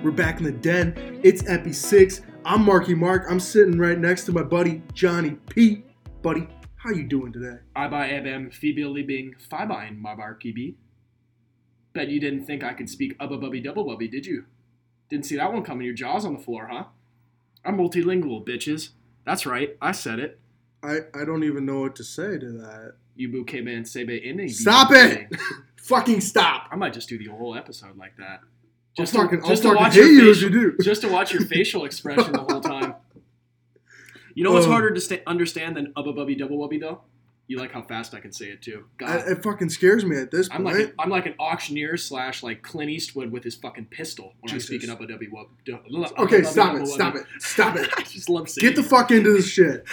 We're back in the den. It's Epi Six. I'm Marky Mark. I'm sitting right next to my buddy Johnny P. Buddy, how you doing today? I by am feebly being fibein mabarkibi. Bet you didn't think I could speak ubba bubby double bubby, did you? Didn't see that one coming. Your jaw's on the floor, huh? I'm multilingual, bitches. That's right. I said it. I I don't even know what to say to that. You bouquet man sebe in Stop it! Fucking stop! I might just do the whole episode like that. I'll Just to- fucking, just to I'll fucking watch hit your you if facial- you do. just to watch your facial expression the whole time. You know what's Um, harder to sta- understand than ubba bubby double bubby though? You like how fast I can say it too. I, God, it fucking scares me at this I, am point. like a, I'm like an auctioneer slash like Clint Eastwood with his fucking pistol when Jesus. I'm speaking ubba dubby wub. du- okay, ubba stop bubby it! dubba Stop wubby. it! Stop it! E. I just love saying. Get the fuck into this shit.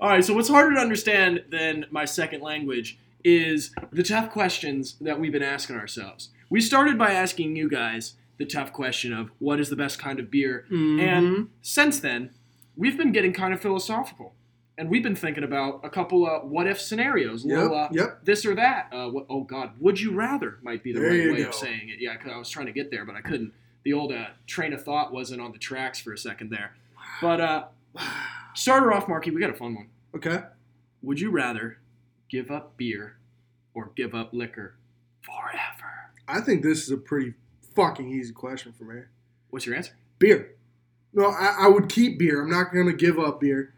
All right, so what's harder to understand than my second language is the tough questions that we've been asking ourselves. We started by asking you guys the tough question of what is the best kind of beer, Mm-hmm. and since then, we've been getting kind of philosophical, and we've been thinking about a couple of what if scenarios. Yep. little, uh, Yep. This or that. Uh, what, oh God, would you rather might be the There you right way go. of saying it. Yeah, 'cause I was trying to get there, but I couldn't. The old uh, train of thought wasn't on the tracks for a second there. But uh, starter off, Marky, we got a fun one. Okay. Would you rather give up beer or give up liquor forever? I think this is a pretty fucking easy question for me. What's your answer? Beer. No, I, I would keep beer. I'm not gonna give up beer.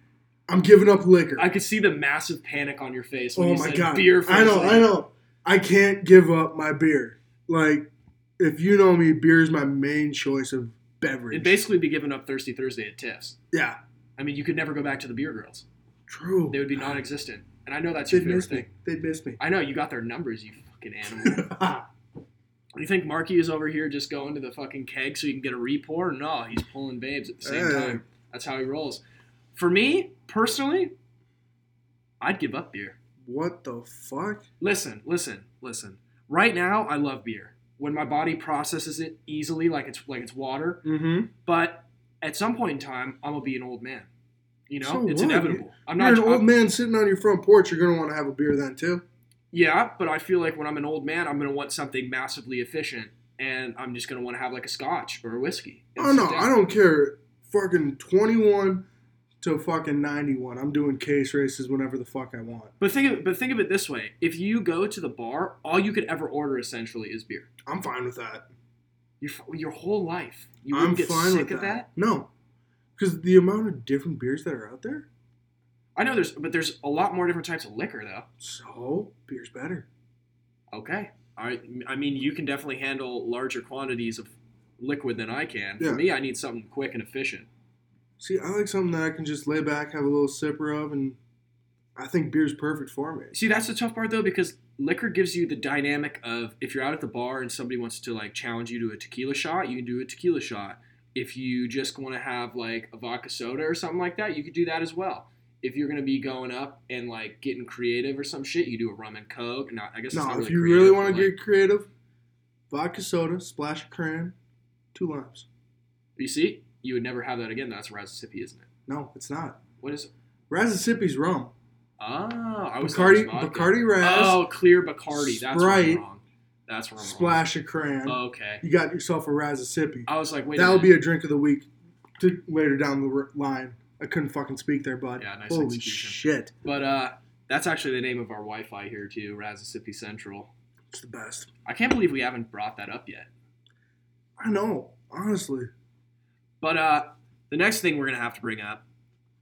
I'm giving up liquor. I could see the massive panic on your face when oh you my said god. beer. First I know. I know. I can't give up my beer. Like, if you know me, beer is my main choice of beverage. It'd basically be giving up Thirsty Thursday at Tiff's. yeah. I mean, you could never go back to the beer girls. True. They would be non-existent. And I know that's your They'd favorite miss me. thing. They'd miss me. I know you got their numbers, you fucking animal. you think Marky is over here just going to the fucking keg so you can get a re-pour? No, he's pulling babes at the same Hey. time. That's how he rolls. For me personally, I'd give up beer. what the fuck? Listen, listen, listen. Right now, I love beer. When my body processes it easily, like it's like it's water. Mm-hmm. But at some point in time, I'm gonna be an old man. You know, So it's what? inevitable. I'm You're not. an old I'm- man sitting on your front porch. You're gonna want to have a beer then too. Yeah, but I feel like when I'm an old man, I'm gonna want something massively efficient, and I'm just gonna want to have like a scotch or a whiskey. and Oh sit no, down. I don't care. Fucking twenty-one to fucking ninety-one. I'm doing case races whenever the fuck I want. But think of but think of it this way: if you go to the bar, all you could ever order essentially is beer. I'm fine with that. Your your whole life, you I'm wouldn't get fine sick with of that. No, because the amount of different beers that are out there. I know there's, but there's a lot more different types of liquor though. So beer's better. Okay. All right. I mean, you can definitely handle larger quantities of liquid than I can. Yeah. For me, I need something quick and efficient. See, I like something that I can just lay back, have a little sipper of, and I think beer's perfect for me. See, that's the tough part though, because liquor gives you the dynamic of if you're out at the bar and somebody wants to like challenge you to a tequila shot, you can do a tequila shot. If you just want to have like a vodka soda or something like that, you could do that as well. If you're gonna be going up and like getting creative or some shit, you do a rum and coke. Not, I guess. it's No, not if you creative, really but, want like- to get creative, vodka soda, splash of cran, two limes. you see, you would never have that again. That's Razzissippy, isn't it? No, it's not. What is? it? Razzisippi's rum. Oh, I was Bacardi, thinking it was vodka. Bacardi Raz, Oh, clear Bacardi. That's where Sprite. I'm wrong. That's where I'm splash of cran. wrong. Okay. you got yourself a Razzisippi. I was like, wait. That'll a be minute. a drink of the week to later down the r- line. I couldn't fucking speak there, bud. Yeah, nice Holy execution. shit. But uh, that's actually the name of our Wi-Fi here too, Razzissippy Central. It's the best. I can't believe we haven't brought that up yet. I know, honestly. But uh, the next thing we're gonna have to bring up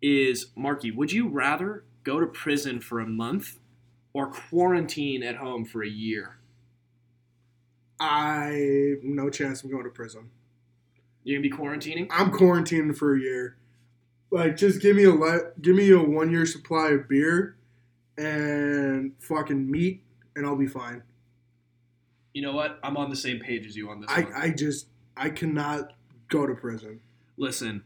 is Marky. Would you rather go to prison for a month or quarantine at home for a year? I no chance I'm going to prison. You're gonna be quarantining. I'm quarantined for a year. Like just give me a li- give me a one year supply of beer and fucking meat and I'll be fine. You know what? I'm on the same page as you on this. I, one. I just I cannot go to prison. listen,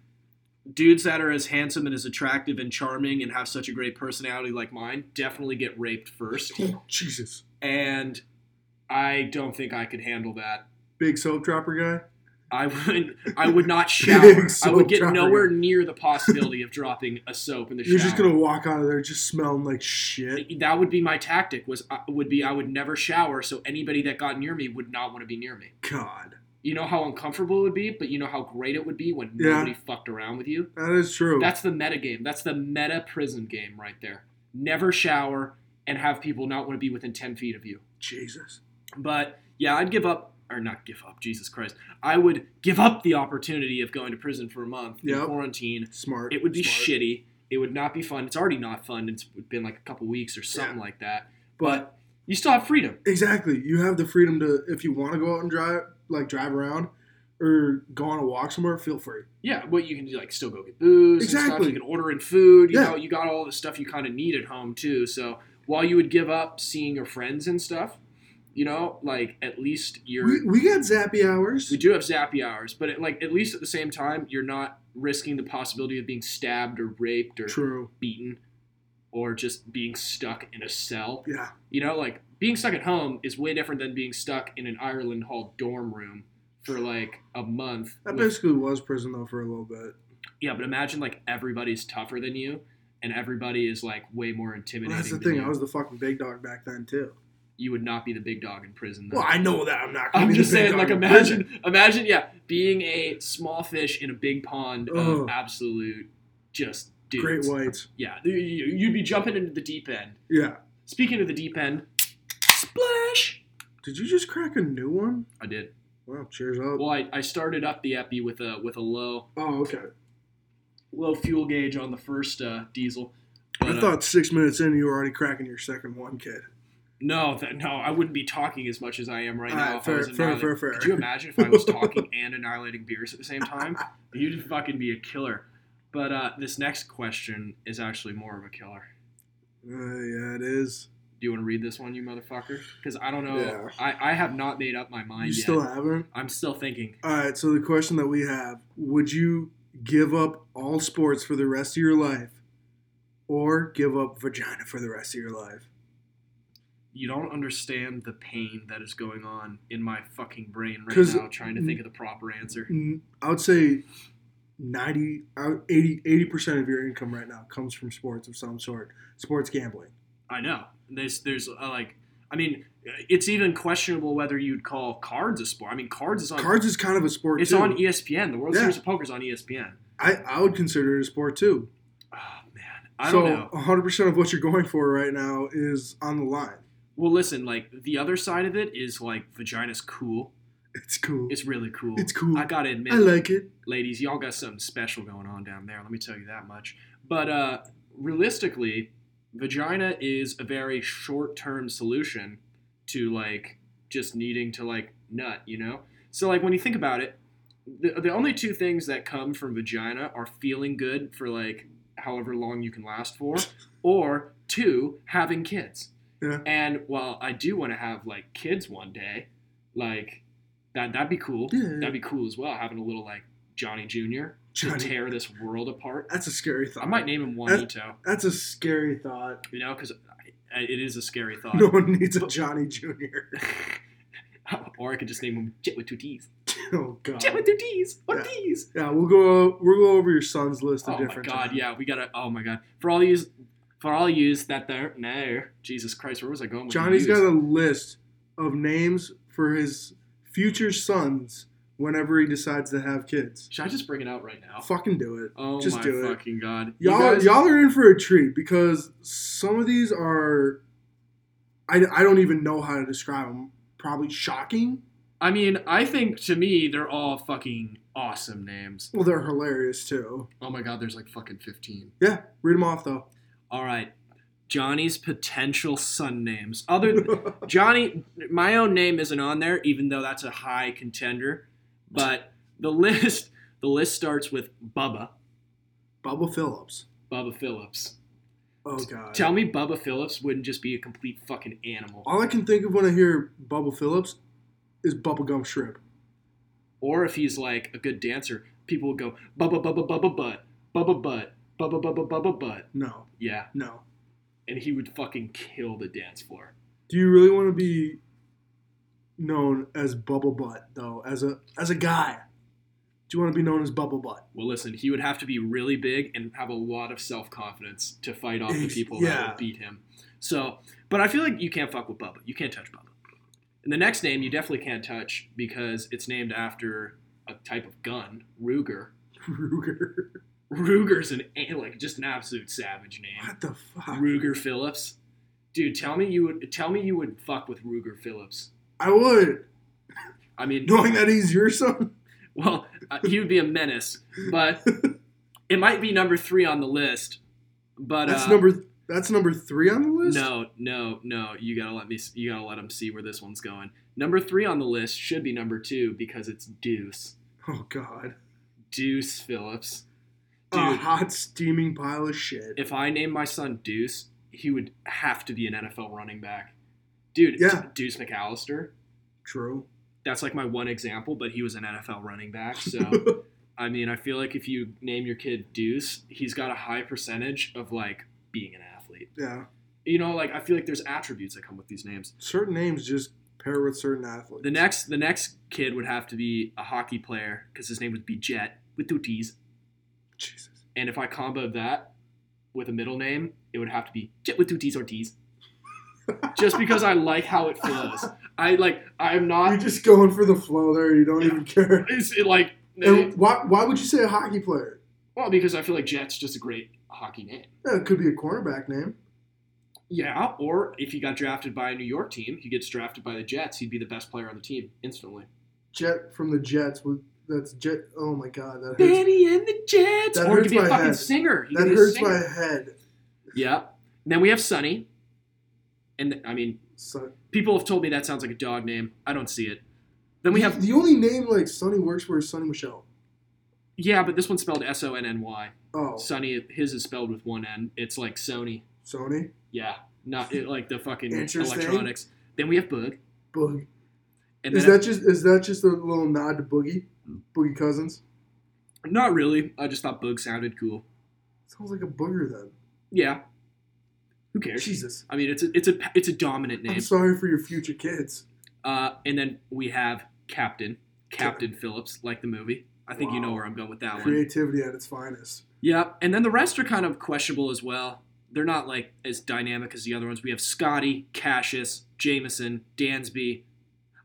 dudes that are as handsome and as attractive and charming and have such a great personality like mine definitely get raped first. Oh, Jesus. And I don't think I could handle that. Big soap dropper guy? I would I would not shower. I would get Soap nowhere near the possibility of dropping a soap in the shower. You're just gonna walk out of there just smelling like shit. that would be my tactic was uh, would be I would never shower so anybody that got near me would not want to be near me. God. You know how uncomfortable it would be, but you know how great it would be when Yeah. nobody fucked around with you. That is true. That's the meta game. That's the meta prison game right there. Never shower and have people not want to be within 10 feet of you. Jesus. But yeah, I'd give up, or not give up, Jesus Christ. I would give up the opportunity of going to prison for a month in Yep. quarantine Smart. it would be Smart. shitty. It would not be fun. It's already not fun. It's been like a couple weeks or something like that. But But you still have freedom. exactly, you have the freedom to if you want to go out and drive, like drive around, or go on a walk somewhere. Feel free. Yeah, but you can like still go get booze. And stuff. Exactly. You can order in food. You Yeah. know, you got all the stuff you kind of need at home too. So while you would give up seeing your friends and stuff, you know, like at least you're. We, We, we got zappy hours. do have zappy hours, but at, like at least at the same time, you're not risking the possibility of being stabbed or raped or True. beaten, or just being stuck in a cell. Yeah. You know, like being stuck at home is way different than being stuck in an Ireland Hall dorm room for like a month. That with- basically was prison though for a little bit. yeah, but imagine like everybody's tougher than you and everybody is like way more Well, intimidating. that's the than thing. You. I was the fucking big dog back then too. you would not be the big dog in prison. Though. Well, I know that I'm not. Gonna I'm be just the big saying, dog like, in prison. imagine, imagine, yeah, being a small fish in a big pond Ugh. of absolute just dudes. Great whites. Yeah, you- you- you'd be jumping into the deep end. Yeah. Speaking of the deep end, splash! Did you just crack a new one? I did. Wow. Cheers up. Well, I, I started up the epi with a with a low Oh, okay. low fuel gauge on the first uh, diesel. But, I uh, thought six minutes in you were already cracking your second one, kid. no, that, no, I wouldn't be talking as much as I am right All now. right, if I fair, was fair, annihilating- fair, fair. Could you imagine if I was talking and annihilating beers at the same time? You'd fucking be a killer. But uh, this next question is actually more of a killer. Uh, yeah, it is. Do you want to read this one, you motherfucker? Because I don't know. Yeah. I, I have not made up my mind you yet. still haven't? I'm still thinking. All right, so the question that we have Would you give up all sports for the rest of your life or give up vagina for the rest of your life? you don't understand the pain that is going on in my fucking brain right 'Cause- now trying to think of the proper answer. Mm, I would say 90, uh, 80, 80% of your income right now comes from sports of some sort, sports gambling. I know. There's there's uh, like I mean it's even questionable whether you'd call cards a sport. I mean cards is on Cards is kind of a sport it's too. on e-, ESPN. The World Yeah. Series of Poker's on E ESPN. I, I would consider it a sport too. Oh man. I so don't know. 100% of what you're going for right now is on the line. Well listen, like the other side of it is like vagina's cool. It's cool. It's really cool. It's cool. I gotta admit I like it. ladies, y'all got something special going on down there. Let me tell you that much. But uh, realistically, vagina is a very short-term solution to like just needing to like nut, you know. So like when you think about it, the, the only two things that come from vagina are feeling good for like however long you can last for, or two having kids. Yeah. And while I do want to have like kids one day, like that that'd be cool. Yeah. That'd be cool as well, having a little like Johnny Jr. to Johnny. tear this world apart. That's a scary thought. I might name him Juanito, That's a scary thought. you know, because it is a scary thought. No one needs oh. a Johnny Jr. or I could just name him Jet with two T's. oh God. Jet with two T's. What Yeah. T's? Yeah, we'll go. We'll go over your son's list of Oh my different. God! times. Yeah, we gotta. Oh my God! For all yous, for all yous that there. No, Jesus Christ, where was I going? with Johnny's yous? got a list of names for his future sons whenever he decides to have kids. Should I just bring it out right now? Fucking do it. Oh Just my do it. fucking god! You Y'all, guys- y'all are in for a treat because some of these are. I, I don't even know how to describe them. Probably shocking. I mean, I think to me they're all fucking awesome names. Well, they're hilarious too. Oh my god, there's like fucking fifteen. Yeah, read them off though. All right, Johnny's potential son names. Other Johnny, my own name isn't on there, even though that's a high contender. But the list, the list starts with Bubba, Bubba Phillips. Bubba Phillips. Oh God. Tell me, Bubba Phillips wouldn't just be a complete fucking animal. All I can think of when I hear Bubba Phillips is bubblegum shrimp. Or if he's like a good dancer, people would go Bubba Bubba Bubba Butt, Bubba Butt, Bubba Bubba Bubba Butt. No, Yeah, no. and he would fucking kill the dance floor. Do you really want to be known as Bubble Butt though? As a as a guy, do you want to be known as Bubble Butt? Well, listen, he would have to be really big and have a lot of self confidence to fight off the people that Yeah. would beat him. So, but I feel like you can't fuck with Bubba. You can't touch Bubba. And the next name you definitely can't touch because it's named after a type of gun, Ruger. Ruger. Ruger's an a- like just an absolute savage name. What the fuck? Ruger Phillips. Dude, tell me you would tell me you would fuck with Ruger Phillips. I would. I mean, Knowing that he's your son. well, uh, he would be a menace, but it might be number 3 on the list. But That's uh, number. That's number three on the list. No, no, no. You gotta let me. s- You gotta let them see where this one's going. Number three on the list should be number two because it's Deuce, Oh God. Deuce Phillips. Dude, A hot steaming pile of shit. if I named my son Deuce, he would have to be an NFL running back. Dude, Yeah. Deuce McAllister. True. That's like my one example, but he was an NFL running back. So, I mean, I feel like if you name your kid Deuce, he's got a high percentage of like being an athlete. Yeah. You know, like I feel like there's attributes that come with these names. Certain names just pair with certain athletes. The next, the next kid would have to be a hockey player because his name would be Jet with two T's. Jesus. And if I comboed that with a middle name, it would have to be Jet with two T's Ortiz. Just because I like how it flows. I like. I'm You're not. just going for the flow there. You don't even care. It's it like. And why, why would you say a hockey player? well, because I feel like Jet's just a great hockey name. Yeah, it could be a cornerback name. Yeah. Or if he got drafted by a New York team, he gets drafted by the Jets. He'd be the best player on the team instantly. Jet from the Jets. With that's Jet. Oh my God, that hurts. Benny and the Jets. That or he hurts could be a my fucking head. singer. He could That be a hurts singer. my head. Yeah. And then we have Sunny. And I mean, So, people have told me that sounds like a dog name. I don't see it. Then we have the only name like Sonny works for is Sonny Michelle. yeah, but this one's spelled S O N N Y. Oh, Sonny, his is spelled with one N. It's like Sony. Sony Yeah, not it, like the fucking Interesting. electronics. Then we have Boog, Boogie. and Is then that just is that just a little nod to Boogie? Boogie Cousins not really. I just thought Boog sounded cool. sounds like a booger then. Yeah, who cares? Jesus, I mean, it's a it's a it's a dominant I'm name. sorry for your future kids. Uh, and then we have Captain Captain Phillips, like the movie. I think you know Wow. where I'm going with that one. Creativity at its finest. Yeah, and then the rest are kind of questionable as well. They're not like as dynamic as the other ones. We have Scotty, Cassius, Jameson, Dansby.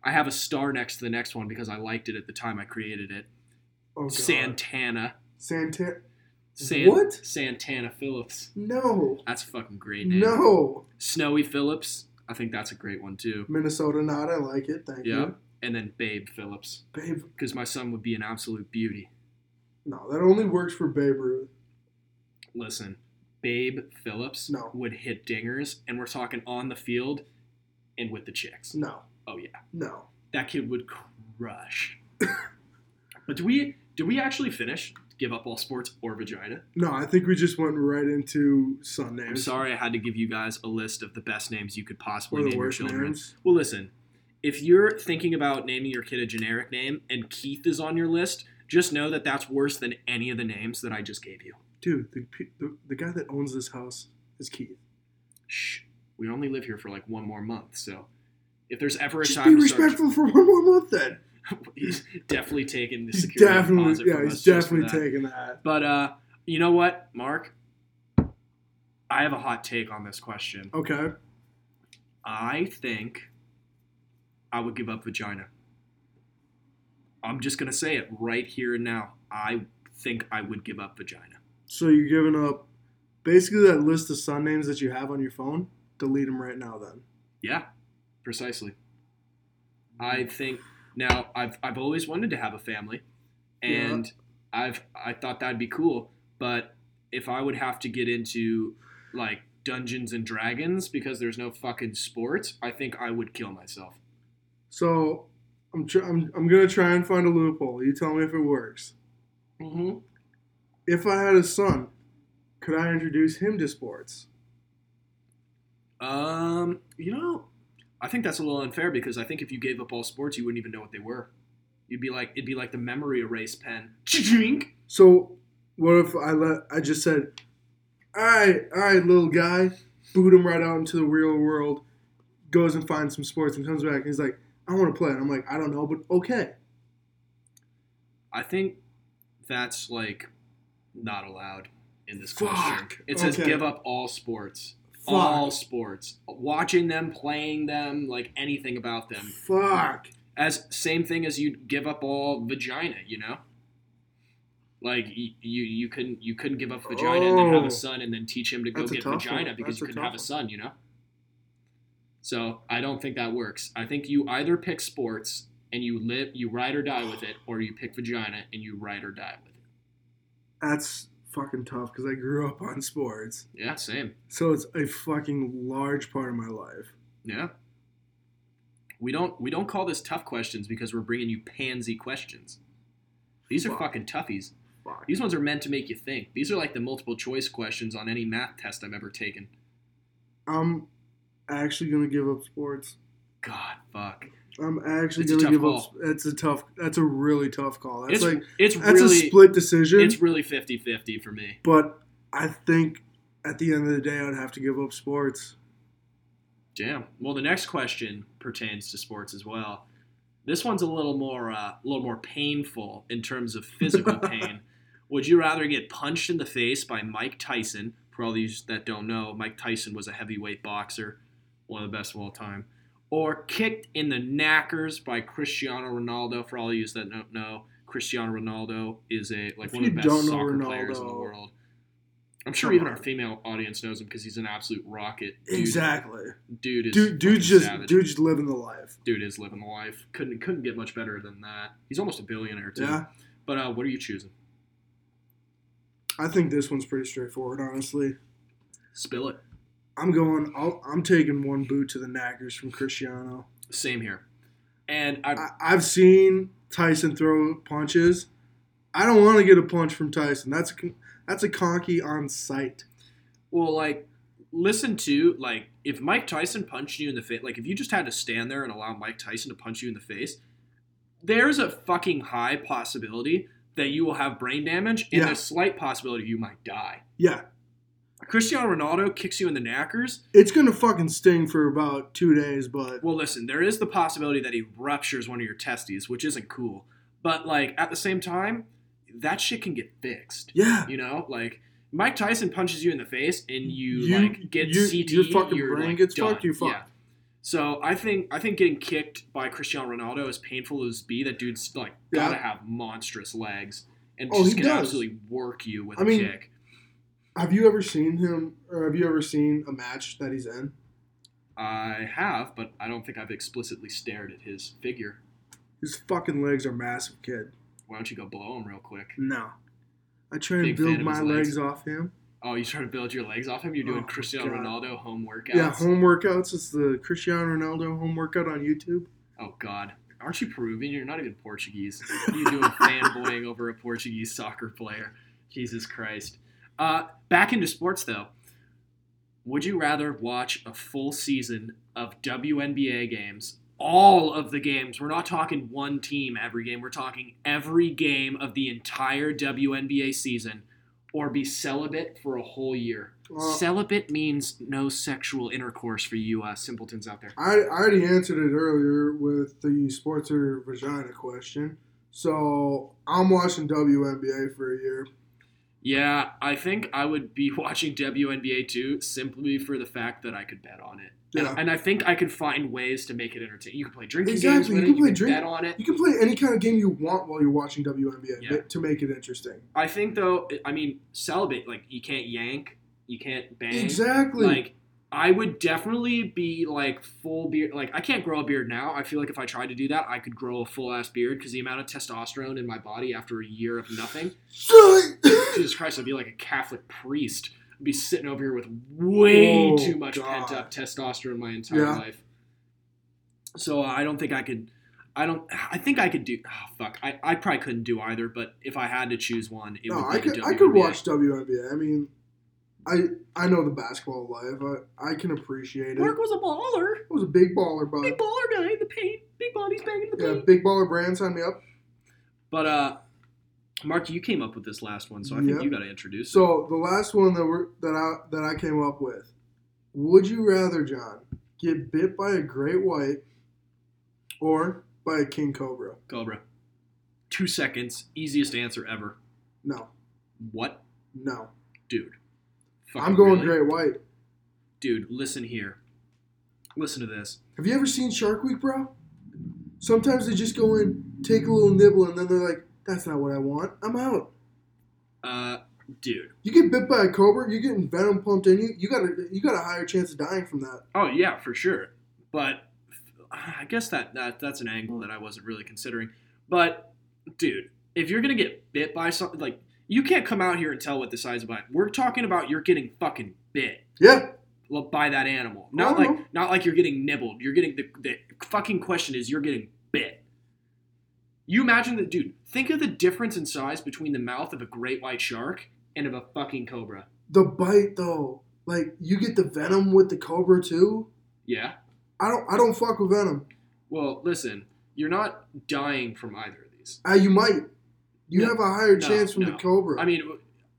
I have a star next to the next one because I liked it at the time I created it. Oh God. Santana. Santa. San- What? Santana Phillips. No. That's a fucking great name. No. Snowy Phillips. I think that's a great one too. Minnesota nod. I like it. Thank Yeah. you, And then Babe Phillips Babe. because my son would be an absolute beauty. No, that only works for Babe Ruth. listen, Babe Phillips No. would hit dingers, and we're talking on the field and with the chicks. No. Oh yeah, No. that kid would crush. but do we do we actually finish? Give up all sports or vagina? No. I think we just went right into son names. I'm sorry, I had to give you guys a list of the best names you could possibly Or the name your worst children. names. Well, listen, if you're thinking about naming your kid a generic name and Keith is on your list, just know that that's worse than any of the names that I just gave you. Dude, the, pe- the the guy that owns this house is Keith. shh, we only live here for like one more month. So if there's ever a Just be time to start, respectful for one more month then. he's definitely taking the He's security definitely, deposit yeah, from he's us just for definitely that. taking that. But uh, you know what, Mark? I have a hot take on this question. Okay. I think I would give up vagina. I'm just gonna say it right here and now. I think I would give up vagina. So you're giving up basically that list of son names that you have on your phone. Delete them right now then. Yeah, precisely. I think now I've I've always wanted to have a family, and I've I thought that'd be cool. But if I would have to get into like Dungeons and Dragons because there's no fucking sports, I think I would kill myself. So I'm tr- I'm I'm gonna try and find a loophole. You tell me if it works. Mm-hmm. If I had a son, could I introduce him to sports? Um, you know, I think that's a little unfair because I think if you gave up all sports, you wouldn't even know what they were. You'd be like, it'd be like the memory erase pen. Chink. So what if I let I just said, all right, all right, little guy, boot him right out into the real world, goes and finds some sports and comes back and he's like, I want to play. And I'm like, I don't know, but okay. I think that's like not allowed in this Fuck. question. It says Okay. give up all sports. all sports, watching them, playing them, like anything about them. Fuck. As same thing as you'd give up all vagina, you know. Like y- you, you couldn't you couldn't give up vagina and then have Oh. a son and then teach him to go That's a get tough vagina one. because That's you a couldn't tough have a one. son, you know. So I don't think that works. I think you either pick sports and you live you ride or die with it, or you pick vagina and you ride or die with it. That's fucking tough because I grew up on sports. Yeah, same. So it's a fucking large part of my life. Yeah. We don't we don't call this tough questions because we're bringing you pansy questions. These are Fuck. fucking toughies. Fuck. These ones are meant to make you think. These are like the multiple choice questions on any math test I've ever taken. I'm actually gonna give up sports. God, fuck. I'm actually It's a gonna tough give up. call. That's a tough. That's a really tough call. That's it's like it's that's a really split decision. it's really 50-50 for me. but I think at the end of the day, I'd have to give up sports. Damn. Well, the next question pertains to sports as well. This one's a little more uh, a little more painful in terms of physical pain. Would you rather get punched in the face by Mike Tyson? For all these that don't know, Mike Tyson was a heavyweight boxer, one of the best of all time. Or kicked in the knackers by Cristiano Ronaldo. For all of you that don't know, Cristiano Ronaldo is a like If one of you the best don't know soccer players in the Ronaldo, world. I'm sure come even on. our female audience knows him because he's an absolute rocket. Dude, Exactly. Dude is Dude, dude's fucking just savage dude's just living the life. dude is living the life. Couldn't couldn't get much better than that. He's almost a billionaire too. Yeah. But uh, what are you choosing? I think this one's pretty straightforward, honestly. Spill it. I'm going. I'll, I'm taking one boot to the knackers from Cristiano. Same here. And I, I, I've seen Tyson throw punches. I don't want to get a punch from Tyson. That's a, con- that's a conky on sight. well like listen to like if Mike Tyson punched you in the face, like if you just had to stand there and allow Mike Tyson to punch you in the face, there's a fucking high possibility that you will have brain damage and Yeah. a slight possibility you might die. Yeah, Cristiano Ronaldo kicks you in the knackers. it's gonna fucking sting for about two days, but Well, listen, there is the possibility that he ruptures one of your testes, which isn't cool. But like at the same time, that shit can get fixed. yeah, You know, like Mike Tyson punches you in the face and you, You- like get you- CT. your fucking you're, brain like, gets done. fucked, you're fucked. Yeah. So I think I think getting kicked by Cristiano Ronaldo, as painful as be, that dude's like Yeah. gotta have monstrous legs and Oh, just he can does. absolutely work you with I a mean- kick. Have you ever seen him, or have you ever seen a match that he's in? I have, but I don't think I've explicitly stared at his figure. His fucking legs are massive, kid. Why don't you go blow him real quick? No, I try and Big fan build of my his legs. legs. off him. Oh, you trying to build your legs off him? You're Oh, doing my Cristiano God. Ronaldo home workouts. Yeah, home workouts. It's the Cristiano Ronaldo home workout on YouTube. oh God, aren't you Peruvian? You're not even Portuguese. What are you doing fanboying over a Portuguese soccer player? Jesus Christ. Uh, back into sports though. Would you rather watch a full season of WNBA games? All of the games. We're not talking one team every game. We're talking every game of the entire WNBA season, or be celibate for a whole year. Well, Celibate means no sexual intercourse for you uh, simpletons out there. I, I already answered it earlier with the sports or vagina question. So I'm watching WNBA for a year. Yeah, I think I would be watching WNBA too simply for the fact that I could bet on it. And- Yeah. And, I think I could find ways to make it entertaining. You can play drinking games Exactly, with you it, can you play can drink- bet on it. You can play any kind of game you want while you're watching WNBA Yeah. to make it interesting. I think though, I mean, celibate, like you can't yank, you can't bang. Exactly. Like, I would definitely be like full beard. Like, I can't grow a beard now. I feel like if I tried to do that, I could grow a full ass beard because the amount of testosterone in my body after a year of nothing Jesus Christ, I'd be like a Catholic priest. I'd be sitting over here with way Oh, too much God. pent up testosterone my entire Yeah. life. So uh, I don't think I could. I don't. I think I could do. Oh, fuck. I, I probably couldn't do either. But if I had to choose one, it no, would be I the E. could I could WNBA. watch WNBA. I mean, I I know the basketball life. I, I can appreciate it. Mark was a baller. It was a big baller, Big but baller guy in the paint. Big body's banging the Uh, yeah, paint. big baller brand signed me up. But uh, Mark, you came up with this last one, so I think Yeah. you got to introduce. it. So the last one that we're, that I that I came up with. Would you rather, John, get bit by a great white or by a king cobra? Cobra. Two seconds. Easiest answer ever. No, What, no. dude? I'm Fucking going Oh, really? great white. dude, listen here. Listen to this. Have you ever seen Shark Week, bro? Sometimes they just go in, take a little nibble, and then they're like, "That's not what I want. I'm out." Uh, dude. You get bit by a cobra, you're getting venom pumped in you. You got a you got a higher chance of dying from that. Oh yeah, for sure. But I guess that, that that's an angle that I wasn't really considering. But dude, if you're gonna get bit by something, like you can't come out here and tell what the size of bite. We're talking about you're getting fucking bit Yeah, well, by that animal. Not Oh. like not like you're getting nibbled. You're getting the, the fucking question is you're getting bit. You imagine that, dude. Think of the difference in size between the mouth of a great white shark and of a fucking cobra. the bite though, like you get the venom with the cobra too. Yeah. I don't I don't fuck with venom. Well, listen, you're not dying from either of these. Uh, you might. You No, have a higher no, chance from no. the cobra. I mean,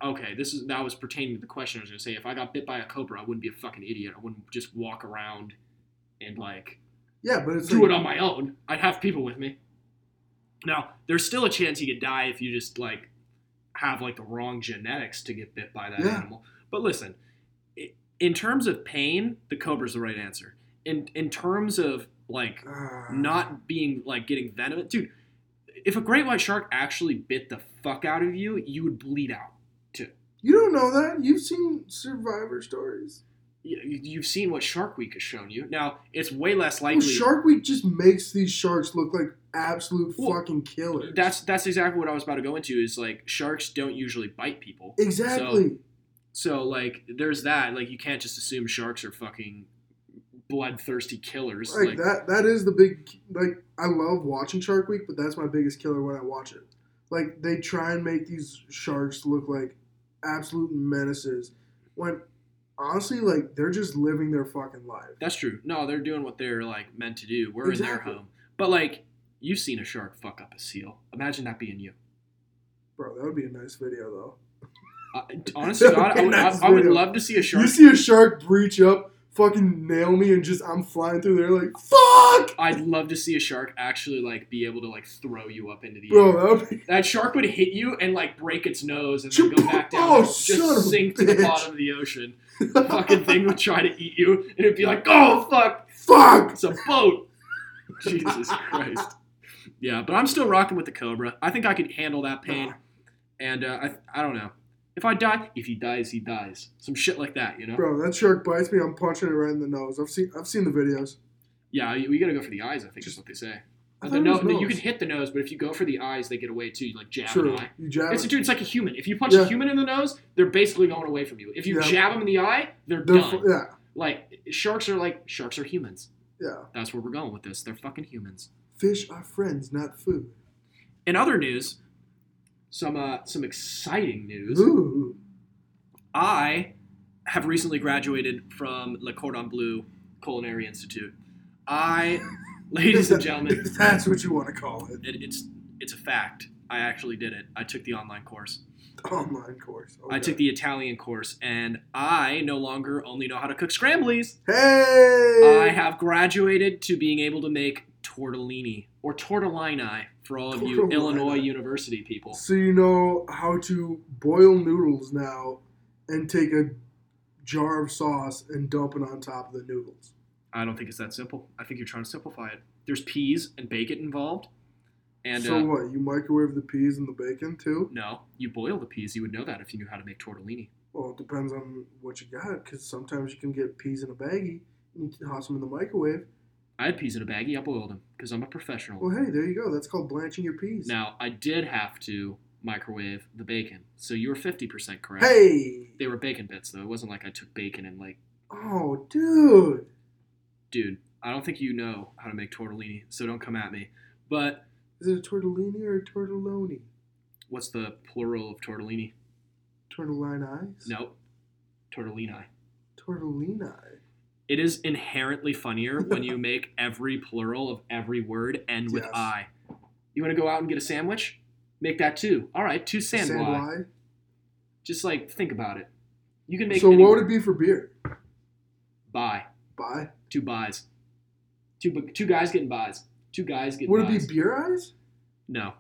okay, this is that was pertaining to the question I was going to say. If I got bit by a cobra, I wouldn't be a fucking idiot. I wouldn't just walk around and like yeah, but it's do like, it on my own. I'd have people with me. Now, there's still a chance you could die if you just like have like the wrong genetics to get bit by that Yeah. animal. But listen, i- in terms of pain, the cobra's the right answer. In in terms of like Ah. not being like getting venomous. Dude, if a great white shark actually bit the fuck out of you, you would bleed out. You don't know that. You've seen Survivor stories. You- You've seen what Shark Week has shown you. Now, it's way less Well, likely. Oh, Shark Week just makes these sharks look like absolute Well, fucking killers. that's that's exactly what I was about to go into. Is like sharks don't usually bite people, exactly. so like there's that. Like you can't just assume sharks are fucking bloodthirsty killers. like, Like, that that is the big like I love watching Shark Week, but that's my biggest killer when I watch it. Like they try and make these sharks look like absolute menaces when honestly like they're just living their fucking life. that's true. No, they're doing what they're like meant to do. We're in Exactly. their home, but like you've seen a shark fuck up a seal. Imagine that being you. Bro, that would be a nice video though. Uh, honestly, God, I, would, Next I, I would video. love to see a You shark. see a shark breach up, fucking nail me and just I'm flying through there like fuck. I'd love to see a shark actually like be able to like throw you up into the Bro, air. that would be That shark would hit you and like break its nose and then go back down, Oh, and son of a just sink to the bitch. bottom of the ocean. The fucking thing would try to eat you, and it'd be like, "Oh fuck, Fuck! it's a boat." Jesus Christ. Yeah, but I'm still rocking with the cobra. I think I can handle that pain, and uh, I I don't know. If I die, if he dies, he dies. Some shit like that, you know. Bro, that shark bites me, I'm punching it right in the nose. I've seen I've seen the videos. Yeah, you, we gotta go for the eyes. I think is what they say. I The thought it no, was you nose. can hit the nose, but if you go for the eyes, they get away too. You like jab True. an eye. You jab It's a it. dude. It's like a human. If you punch a Yeah. human in the nose, they're basically going away from you. If you Yeah. jab them in the eye, they're, They're done. fu- yeah, like sharks are like sharks are humans. yeah. That's where we're going with this. They're fucking humans. Fish are friends, not food. In other news, some uh, some exciting news. Ooh. I have recently graduated from Le Cordon Bleu Culinary Institute. I, ladies and gentlemen, That's what you want to call it. it, it's it's a fact. I actually did it. I took the online course. Online course. I took the Italian course, and I no longer only know how to cook scramblies. I Hey! have graduated to being able to make tortellini or tortellini for all of you Tortellini. Illinois University people. so you know how to boil noodles now and take a jar of sauce and dump it on top of the noodles. I don't think it's that simple. I think you're trying to simplify it. There's peas and bacon involved, and so uh, what? You microwave the peas and the bacon too? no, you boil the peas. You would know that if you knew how to make tortellini. Well, it depends on what you got, because sometimes you can get peas in a baggie and you can toss them in the microwave. I had peas in a baggie. I boiled them because I'm a professional. Well, hey, there you go. That's called blanching your peas. Now, I did have to microwave the bacon. So you were 50% correct. Hey! They were bacon bits, though. It wasn't like I took bacon and, like, Oh, dude. dude, I don't think you know how to make tortellini, so don't come at me. But Is it a tortellini or a tortelloni? what's the plural of tortellini? Tortelline eyes? No, tortellini. Tortellini. It is inherently funnier when you make every plural of every word end with Yes. I. You want to go out and get a sandwich? Make that two. All right, two sandwich. Sandwai. Just, like, think about it. You can make So any what would word. it be for beer? Bye. Bye. two buys. Two bu- two guys getting buys. Two guys getting Would it buys. be beer eyes? no.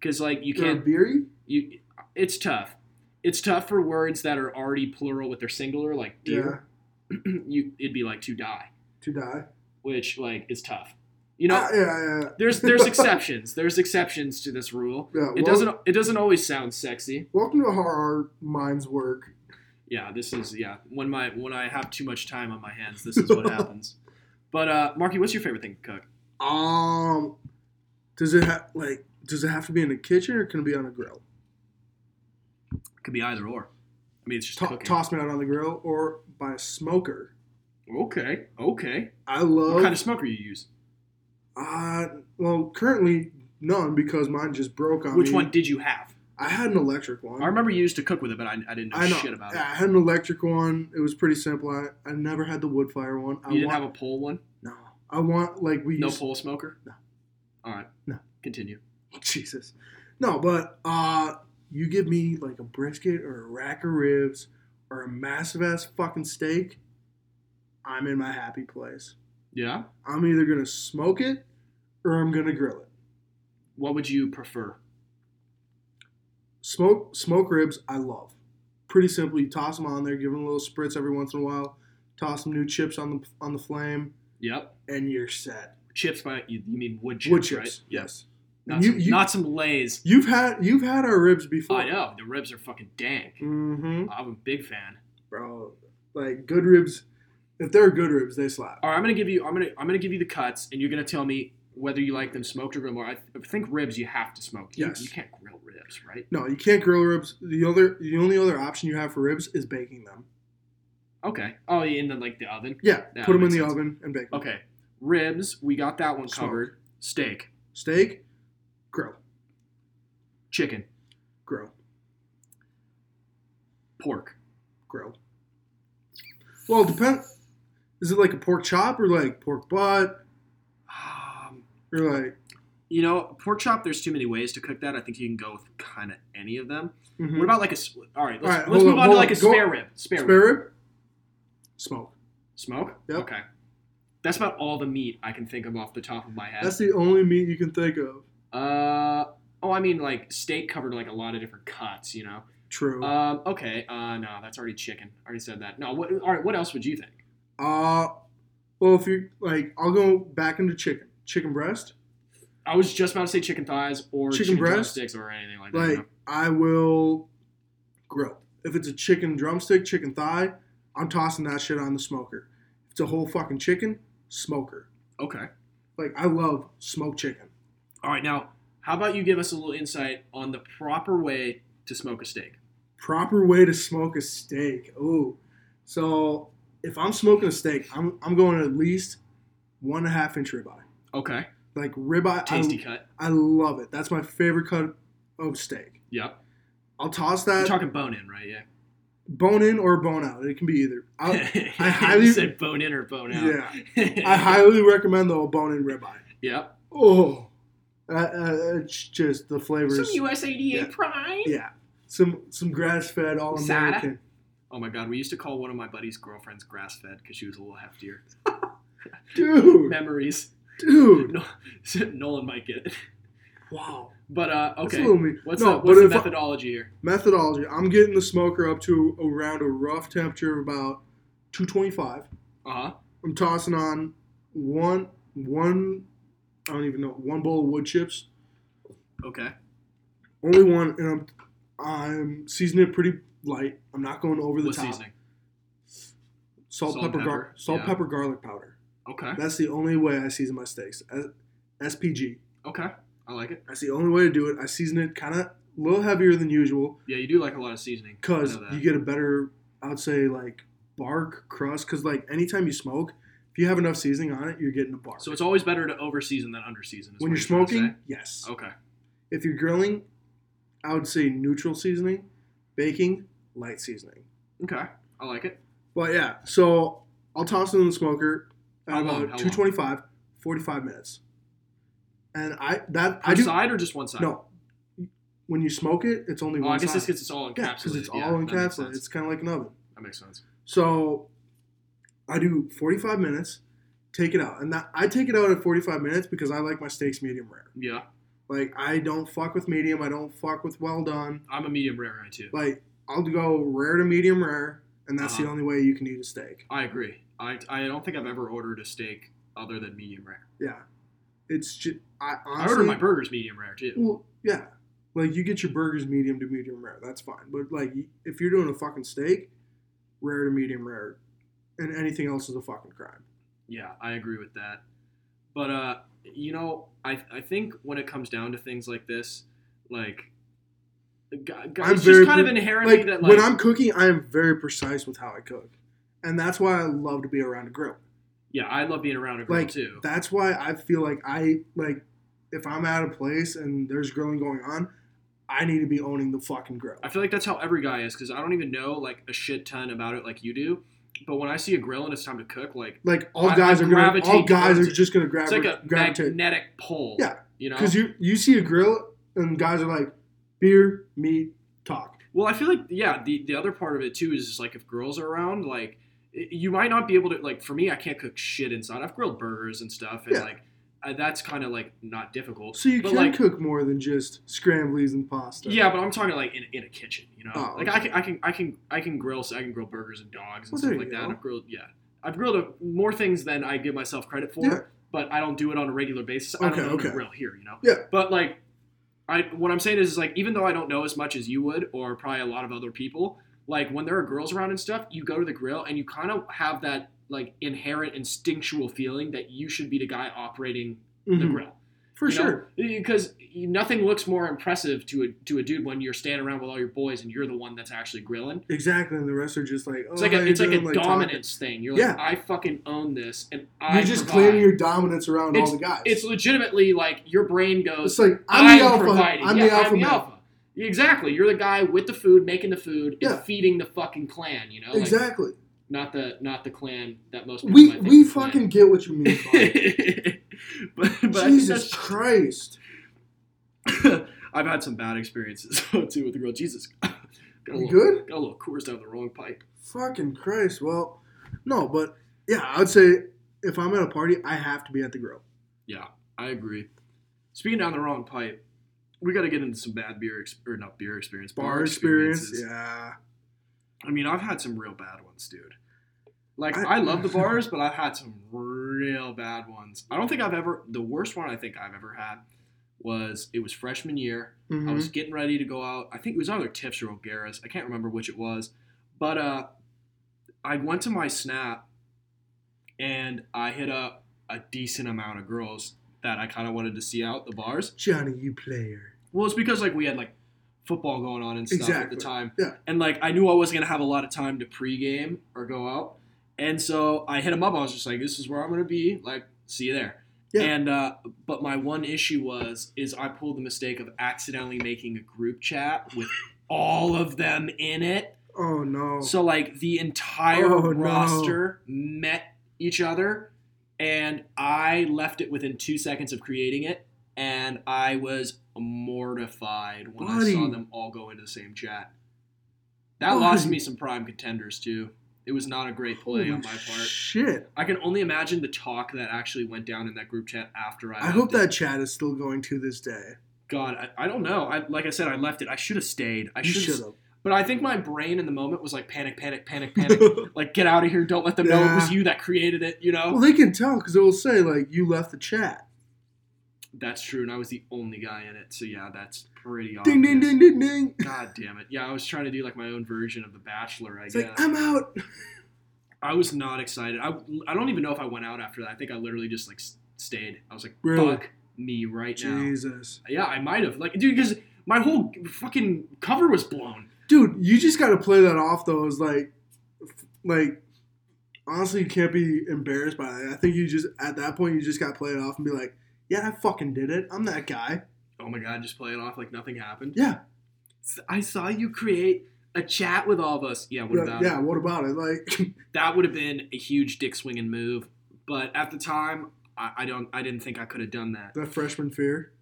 Cuz like you Or can't beery? you it's tough. It's tough for words that are already plural with their singular like deer. Yeah. you it'd be like to die, to die. which like is tough. You know, Ah, yeah, yeah. there's there's exceptions. There's exceptions to this rule. yeah It wel- doesn't it doesn't always sound sexy. Welcome to how our minds work. Yeah, this is yeah. When my when I have too much time on my hands, this is what happens. But uh, Marky, what's your favorite thing to cook? Um, does it ha- like does it have to be in the kitchen or can it be on a grill? Could be either or. I mean, it's just To- cooking. toss me out on the grill or by a smoker. Okay, okay. I love. What kind of smoker you use? Uh, well, currently none because mine just broke on Which me. one did you have? I had an electric one. I remember you used to cook with it, but I, I didn't know, I know. shit about yeah, it. I had an electric one. It was pretty simple. I, I never had the wood fire one. I You didn't want, have a pole one? no. I want like we No used pole smoker? No. All right. No. Continue. Jesus. No, but uh, you give me like a brisket or a rack of ribs or a massive ass fucking steak, I'm in my happy place. Yeah? I'm either gonna smoke it or I'm gonna grill it. What would you prefer? Smoke smoke ribs, I love. Pretty simple. You toss them on there, give them a little spritz every once in a while, toss some new chips on the on the flame, Yep. and you're set. Chips by, you, you mean wood chips, Wood chips, right? yes. Not, You- some, you- not some Lays. You've had you've had our ribs before. I know. The ribs are fucking dank. Mm-hmm. I'm a big fan. Bro, like good ribs. If they're good ribs, they slap. All right, I'm gonna give you. I'm gonna. I'm gonna give you the cuts, and you're gonna tell me whether you like them smoked or grilled. More. I th- I think ribs you have to smoke. You- Yes. You, can't grill ribs, right? No, you can't grill ribs. The other, the only other option you have for ribs is baking them. Okay. Oh, yeah, and then like the oven. Yeah, Yeah, put them in makes the sense. oven and bake. 'em. Okay. Ribs. We got that one Smoke. covered. Steak. Steak, grill, Chicken. grill, Pork. grill. Well, it depends. Is it like a pork chop or like pork butt Um, or like? you know, pork chop. There's too many ways to cook that. I think you can go with kind of any of them. mhm. What about like a? s- All right. Let's, All right, let's hold move on, on to hold like on. a Go- spare rib. Spare, spare rib. rib? Smoke. Smoke. Yep. Okay. That's about all the meat I can think of off the top of my head. That's the only meat you can think of. Uh, oh, I mean like steak covered like a lot of different cuts, you know. True. Uh, Um, okay. Uh, no, that's already chicken. I already said that. No. What? All right. What else would you think? Uh, well, if you like, I'll go back into chicken. Chicken breast. I was just about to say chicken thighs or Chicken chicken, breast? drumsticks or anything like that. you know? Like I will grill. If it's a chicken drumstick, chicken thigh, I'm tossing that shit on the smoker. If it's a whole fucking chicken, smoker. Okay. Like I love smoked chicken. All right. Now, how about you give us a little insight on the proper way to smoke a steak? Proper way to smoke a steak. Ooh. So if I'm smoking a steak, I'm I'm going at least one and a half inch ribeye. Okay. Like ribeye, Tasty cut. I, I love it. That's my favorite cut of steak. Yep. I'll toss You're that talking bone in, right? Yeah. bone in or bone out. It can be either. I, You highly- said bone in or bone out. yeah, I highly recommend the bone in ribeye. Yep. Oh, uh, uh, it's just the flavors. Some USADA Yeah. prime. yeah, some some grass fed all Sada. American. Oh my god, we used to call one of my buddy's girlfriends grass fed because she was a little heftier. Dude, Memories. dude, No, Nolan might get it. wow. But uh, That's okay, a little mean. what's no, the, what's the but if I- methodology here? methodology, I'm getting the smoker up to around a rough temperature of about 225. Uh huh. I'm tossing on one one. I don't even know one bowl of wood chips. Okay. Only one, and I'm I'm seasoning it pretty light. I'm not going over the What top. seasoning? Salt, Salt, pepper, pepper, Gar- salt, yeah. pepper, garlic powder. Okay. That's the only way I season my steaks. S- SPG. Okay. I like it. That's the only way to do it. I season it kind of a little heavier than usual Yeah, you do like a lot of seasoning. I because know that. you get a better, I'd say, like bark crust. Because like anytime you smoke, if you have enough seasoning on it, you're getting a bark. so it's always better to over season than under season. when you're trying to smoking, yes. say. Oh. Okay. If you're grilling, I would say neutral seasoning. Baking, light seasoning. Okay. I like it. But yeah, so I'll toss it in the smoker How at long? How about long? 225, 45 minutes. And I that Per I do side or just one side? No. When you smoke it, it's only Oh, one I guess side. this gets it's all encapsulated. yeah, because it's all Yeah, that makes encapsulated. sense. It's kind of like an oven. That makes sense. So I do 45 minutes, take it out. And that, I take it out at 45 minutes because I like my steaks medium rare. Yeah, Like, I don't fuck with medium. I don't fuck with well done. I'm a medium rare guy too. Like, I'll go rare to medium rare, and that's the Uh-huh. only way you can eat a steak. I agree. I, I don't think I've ever ordered a steak other than medium rare. Yeah, it's just I I honestly. order my burgers medium rare too. well, yeah, like you get your burgers medium to medium rare. That's fine, but like if you're doing a fucking steak, rare to medium rare, and anything else is a fucking crime. Yeah, I agree with that. But uh, you know, I I think when it comes down to things like this, like, g- g- it's very just kind of pre- inherently Like, that like when I'm cooking, I am very precise with how I cook, and that's why I love to be around a grill. yeah, I love being around a girl Like, too. That's why I feel like I like if I'm at a place and there's grilling going on, I need to be owning the fucking grill. I feel like that's how every guy is because I don't even know like a shit ton about it like you do. But when I see a grill and it's time to cook, like Like all I- guys I are gonna, all gravitate guys are towards it. just gonna grab it's like a gravitate magnetic pull. Yeah, you know. because you you see a grill and guys are like beer, meat, talk. Well, I feel like yeah, the the other part of it too is just like if girls are around, like i- you might not be able to like for me, I can't cook shit inside. I've grilled burgers and stuff, and Yeah. like I, that's kind of like not difficult. So you But, can like- cook more than just scramblies and pasta. Yeah, but I'm talking like in, in a kitchen, you know. Oh, like I can I can I can I can grill I can grill burgers and dogs and Well, there stuff you like that. go. I've grilled yeah, I've grilled a, more things than I give myself credit for, Yeah. but I don't do it on a regular basis. I Okay, don't own a okay. grill here, you know. Yeah. But like, I what I'm saying is, is like even though I don't know as much as you would or probably a lot of other people, like when there are girls around and stuff, you go to the grill and you kind of have that like inherent instinctual feeling that you should be the guy operating the Mhm. grill for sure. because nothing looks more impressive to a to a dude when you're standing around with all your boys and you're the one that's actually grilling. Exactly, and the rest are just like oh, It's like how a, you it's like a doing? talking. dominance thing. You're Yeah. like, I fucking own this, and I. You're just provide." claiming your dominance around all the guys. It's legitimately like your brain goes. It's like I'm the alpha. providing. I'm Yeah, the alpha. I'm the male. alpha. Exactly. You're the guy with the food, making the food, Yeah. and feeding the fucking clan. You know, Like, Exactly. not the not the clan that most people We might think we is clan. fucking get what you mean. By it. but, but I think Jesus that's Christ. I've had some bad experiences too with the girl. Jesus, got a You little, good? Got a little Coors down the wrong pipe. Fucking Christ. Well, no, but yeah, I would say if I'm at a party, I have to be at the grill. I agree. Speaking down the wrong pipe, we got to get into some bad beer ex- or not beer experience, Bar experience. experiences. Yeah. I mean, I've had some real bad ones, dude. Like I- I, love the bars, but I've had some real bad ones. I don't think I've ever. The worst one I think I've ever had was it was freshman year. I Mhm. was getting ready to go out. I think it was either Tiff's or O'Gara's. I can't remember which it was. But uh, I went to my Snap and I hit up a decent amount of girls that I kind of wanted to see out the bars. Johnny, you player. Well, it's because like we had like football going on and stuff at Exactly. the time. Yeah. And like I knew I wasn't gonna have a lot of time to pregame or go out, and so I hit him up. I was just like, "This is where I'm gonna be. Like, see you there." Yeah. And uh, but my one issue was is I pulled the mistake of accidentally making a group chat with all of them in it. Oh no. So like the entire Oh, no. roster met each other, and I left it within two seconds of creating it, and I was mortified when I saw Buddy. them all go into the same chat. That Buddy. lost me some prime contenders too. It was not a great play Holy on my part. Shit. I can only imagine the talk that actually went down in that group chat after I. I left hope it. that chat is still going to this day. God, I, I don't know. I like I said, I left it. I should have stayed. I You should. should have have. But I think my brain in the moment was like panic, panic, panic, panic. like get out of here don't let them know it was you that created it you know well, they can tell because it will say like you left the chat. that's true and i was the only guy in it so yeah that's pretty obvious. Ding ding ding ding ding. god damn it yeah i was trying to do like my own version of the bachelor i It's guess like I'm out. i was not excited I, I don't even know if i went out after that i think i literally just like s- stayed i was like Really? fuck me right now Jesus. yeah i might have like dude because my whole fucking cover was blown Dude, you just got to play that off though. Is like, f- like, honestly, you can't be embarrassed by that. I think you just at that point you just got to play it off and be like, yeah, I fucking did it. I'm that guy. oh my god just play it off like nothing happened Yeah, i saw you create a chat with all of us yeah what yeah. about it? yeah, What about it? Like, that would have been a huge dick swinging move. But at the time, I, I don't, I didn't think I could have done that. that freshman fear.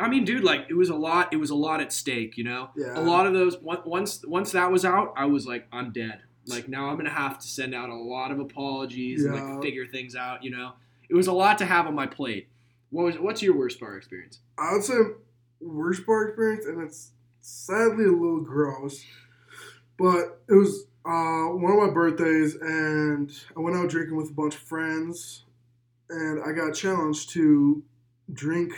I mean, dude, like it was a lot. It was a lot at stake, you know. Yeah. A lot of those. on- Once, once that was out, I was like, I'm dead. Like now, I'm gonna have to send out a lot of apologies and Yeah. like figure things out. You know, it was a lot to have on my plate. What was? What's your worst bar experience? I would say worst bar experience, and it's sadly a little gross, but it was uh, one of my birthdays, and I went out drinking with a bunch of friends, and I got challenged to drink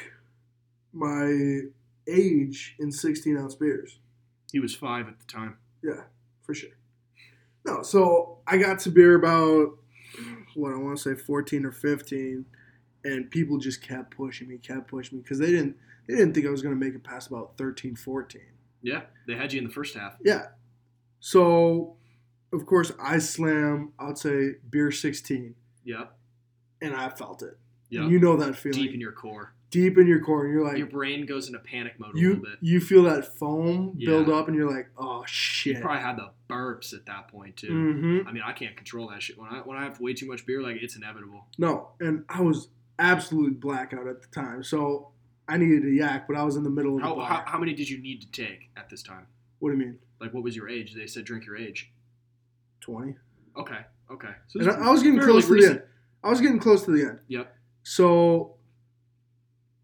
my age in 16 ounce beers. He was five at the time. Yeah, for sure. No, so I got to beer about what I want to say 14 or 15, and people just kept pushing me, kept pushing me because they didn't they didn't think I was going to make it past about 13, 14. Yeah, they had you in the first half. Yeah. So, of course, I slam. I'd say beer 16, Yep. and I felt it. Yep. And you know that feeling Deep in your core. deep in your core, and you're like Your brain goes into panic mode a little you bit. you feel that foam Yeah. build up, and you're like, oh You shit. probably had the burps at that point too. hmm I mean, I can't control that shit. When I when I have way too much beer, like it's inevitable. No, and I was absolutely blackout at the time, so I needed a yak, but I was in the middle of the How, bar. how, how many did you need to take at this time? what do you mean, Like, what was your age? They said drink your age. twenty? Okay, okay. So And this- I, I was getting fairly close to the recent. end. I was getting close to the end. Yep. So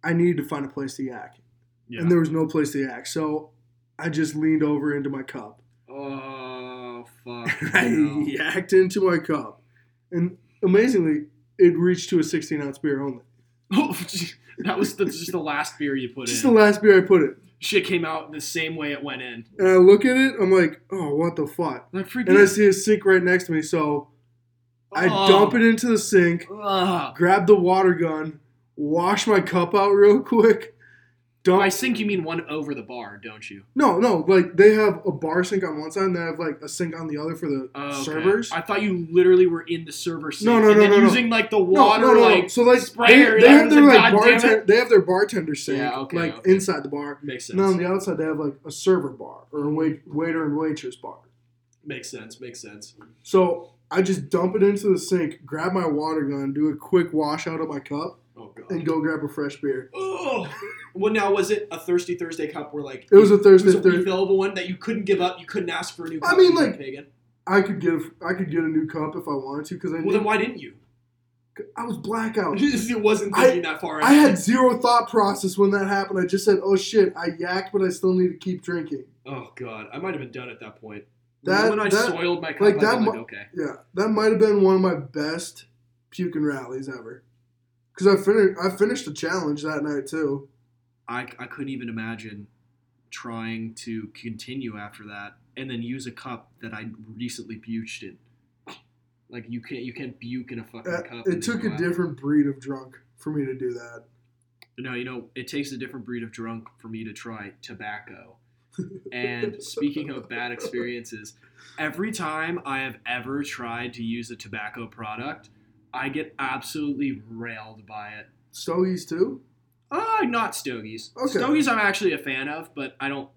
I needed to find a place to yak, Yeah. and there was no place to yak, so I just leaned over into my cup. oh fuck. and I no. yacked into my cup, and amazingly, it reached to a 16 ounce beer only. Oh, gee, that was the, just the last beer you put Just in. the last beer I put it, Shit came out the same way it went in. and I look at it, I'm like, oh, what the fuck. Like freaking. and I see a sink right next to me. So I Oh. dump it into the sink, grab the water gun, wash my cup out real quick. Dump. I think you mean one over the bar, don't you? no, no, like they have a bar sink on one side and they have like a sink on the other for the Oh, okay. servers. I thought you literally were in the server sink. No, no, and no, then no, no. using like the No, water, no, no, no. like So like they, sprayer. they I have was their like, like "God damn bartender, they have their bartender sink Yeah, okay, like okay. inside the bar. Makes sense. And on the outside they have like a server bar or a wait, waiter and waitress bar. Makes sense. Makes sense. So I just dump it into the sink, grab my water gun, do a quick wash out of my cup, Oh god. and go grab a fresh beer. Oh. Well, now was it a thirsty Thursday cup where like It was a it Thursday. was a Thursday. refillable one that you couldn't give up? You couldn't ask for a new. I cup, mean, you like- pagan. I could get a, I could get a new cup if I wanted to because I Well, knew, then why didn't you? I was blackout. it wasn't I- thinking that far. I ahead. had zero thought process when that happened. I just said, "Oh shit!" I yacked, but I still need to keep drinking. Oh god, I might have been done at that point. That- when I that- soiled my cup, like, I that was like, mu- okay. Yeah, that might have been one of my best puking rallies ever. Because I finished I finished the challenge that night too. I, I couldn't even imagine trying to continue after that and then use a cup that I recently puked in. Like you can't you can't puke in a fucking Uh, cup. It and then took go a out. different breed of drunk for me to do that. No, you know it takes a different breed of drunk for me to try tobacco. and speaking of bad experiences, every time I have ever tried to use a tobacco product, I get absolutely railed by it. Stogies too. Uh, not stogies. Okay. Stogies I'm actually a fan of, but I don't.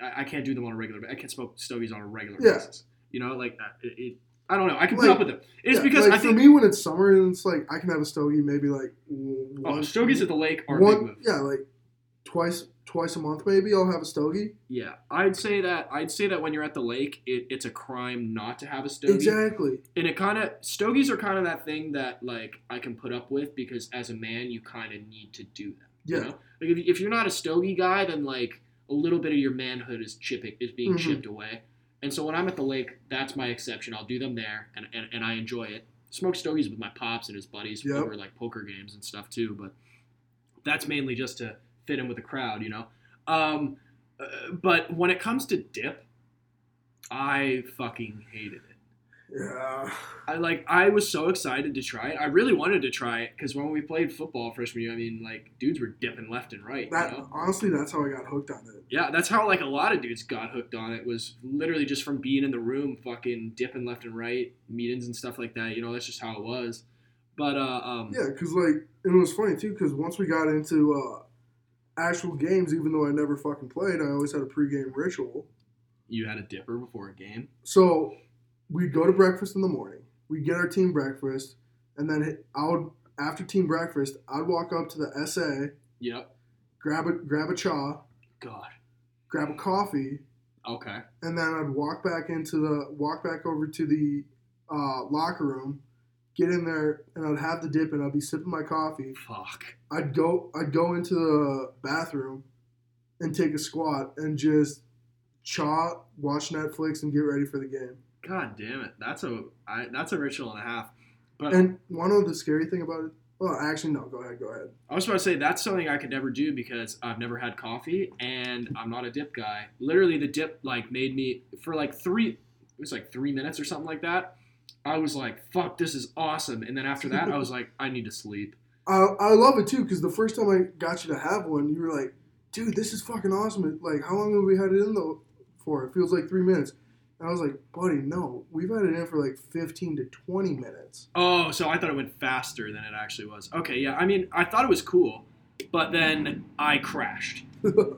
I, I can't do them on a regular. I can't smoke stogies on a regular Yeah. basis. You know, like uh, it, it, I don't know. I can put Like- up with them. It's Yeah, because like, I think for me when it's summer and it's like I can have a stogie maybe like w- oh, once- stogies at the lake are a big one move. yeah like twice twice a month maybe I'll have a stogie. Yeah, I'd say that. I'd say that when you're at the lake, it, it's a crime not to have a stogie. Exactly. And it kind of stogies are kind of that thing that like I can put up with because as a man, you kind of need to do them. Yeah. You know? Like if, if you're not a stogie guy, then like a little bit of your manhood is chipping is being Mhm. chipped away. And so when I'm at the lake, that's my exception. I'll do them there, and, and, and I enjoy it. Smoke stogies with my pops and his buddies Yep. over like poker games and stuff too. But that's mainly just to fit in with the crowd, you know. Um, uh, but when it comes to dip, I fucking hated it. Yeah. I like I was so excited to try it. I really wanted to try it because when we played football freshman year, I mean, like dudes were dipping left and right. That you know? honestly, that's how I got hooked on it. Yeah, that's how like a lot of dudes got hooked on it was literally just from being in the room, fucking dipping left and right, meetings and stuff like that. You know, that's just how it was. But uh, um, Yeah, because like, and it was funny too, because once we got into uh, actual games, even though I never fucking played, I always had a pregame ritual. you had a dipper before a game. So we'd go to breakfast in the morning. We'd get our team breakfast, and then I would after team breakfast, I'd walk up to the SA, Yep. grab a grab a cha, God. grab a coffee, Okay. and then I'd walk back into the walk back over to the uh, locker room, get in there, and I'd have the dip, and I'd be sipping my coffee. Fuck. I'd go I'd go into the bathroom, and take a squat and just chaw, watch Netflix, and get ready for the game. God damn it. That's a I, that's a ritual and a half. But And one of the scary thing about it. Well, actually, no. Go ahead. Go ahead. I was about to say that's something I could never do because I've never had coffee and I'm not a dip guy. Literally, the dip like made me for like three. It was like three minutes or something like that. I was like, "Fuck, this is awesome!" And then after that, I was like, "I need to sleep." I, I love it too because the first time I got you to have one, you were like, "Dude, this is fucking awesome!" It- Like, how long have we had it in though for? It feels like three minutes. And I was like, "Buddy, no, we've had it in for like fifteen to twenty minutes." Oh, so I thought it went faster than it actually was. Okay, yeah. I mean, I thought it was cool, but then I crashed.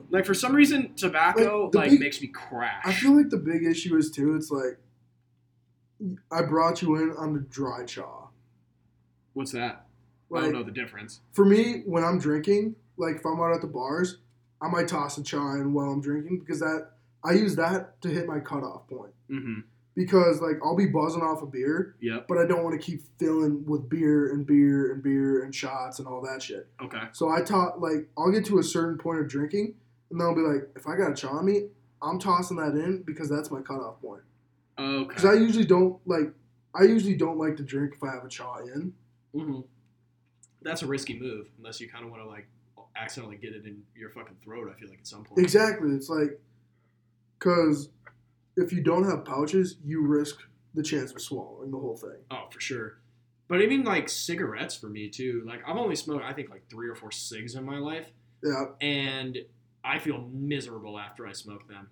Like for some reason, tobacco Like, the like big- makes me crash. I feel like the big issue is too. It's like, I brought you in on the dry chaw. What's that? I Like don't know the difference. for me, when I'm drinking, like if I'm out at the bars, I might toss a chaw in while I'm drinking because that I use that to hit my cutoff point. Mm-hmm. Because like I'll be buzzing off a beer Yep. but I don't want to keep filling with beer and beer and beer and shots and all that shit. Okay. So I taught like I'll get to a certain point of drinking, and then I'll be like, if I got a shot on me, I'm tossing that in because that's my cutoff point. Because Okay. I usually don't like I usually don't like to drink if I have a shot in. Mm-hmm. hmm That's a risky move, unless you kind of want to like accidentally get it in your fucking throat. I feel like at some point. Exactly, it's like because if you don't have pouches, you risk the chance of swallowing the whole thing. Oh, for sure. But even like cigarettes for me too. Like I've only smoked I think like three or four cigs in my life, Yeah, and I feel miserable after I smoke them.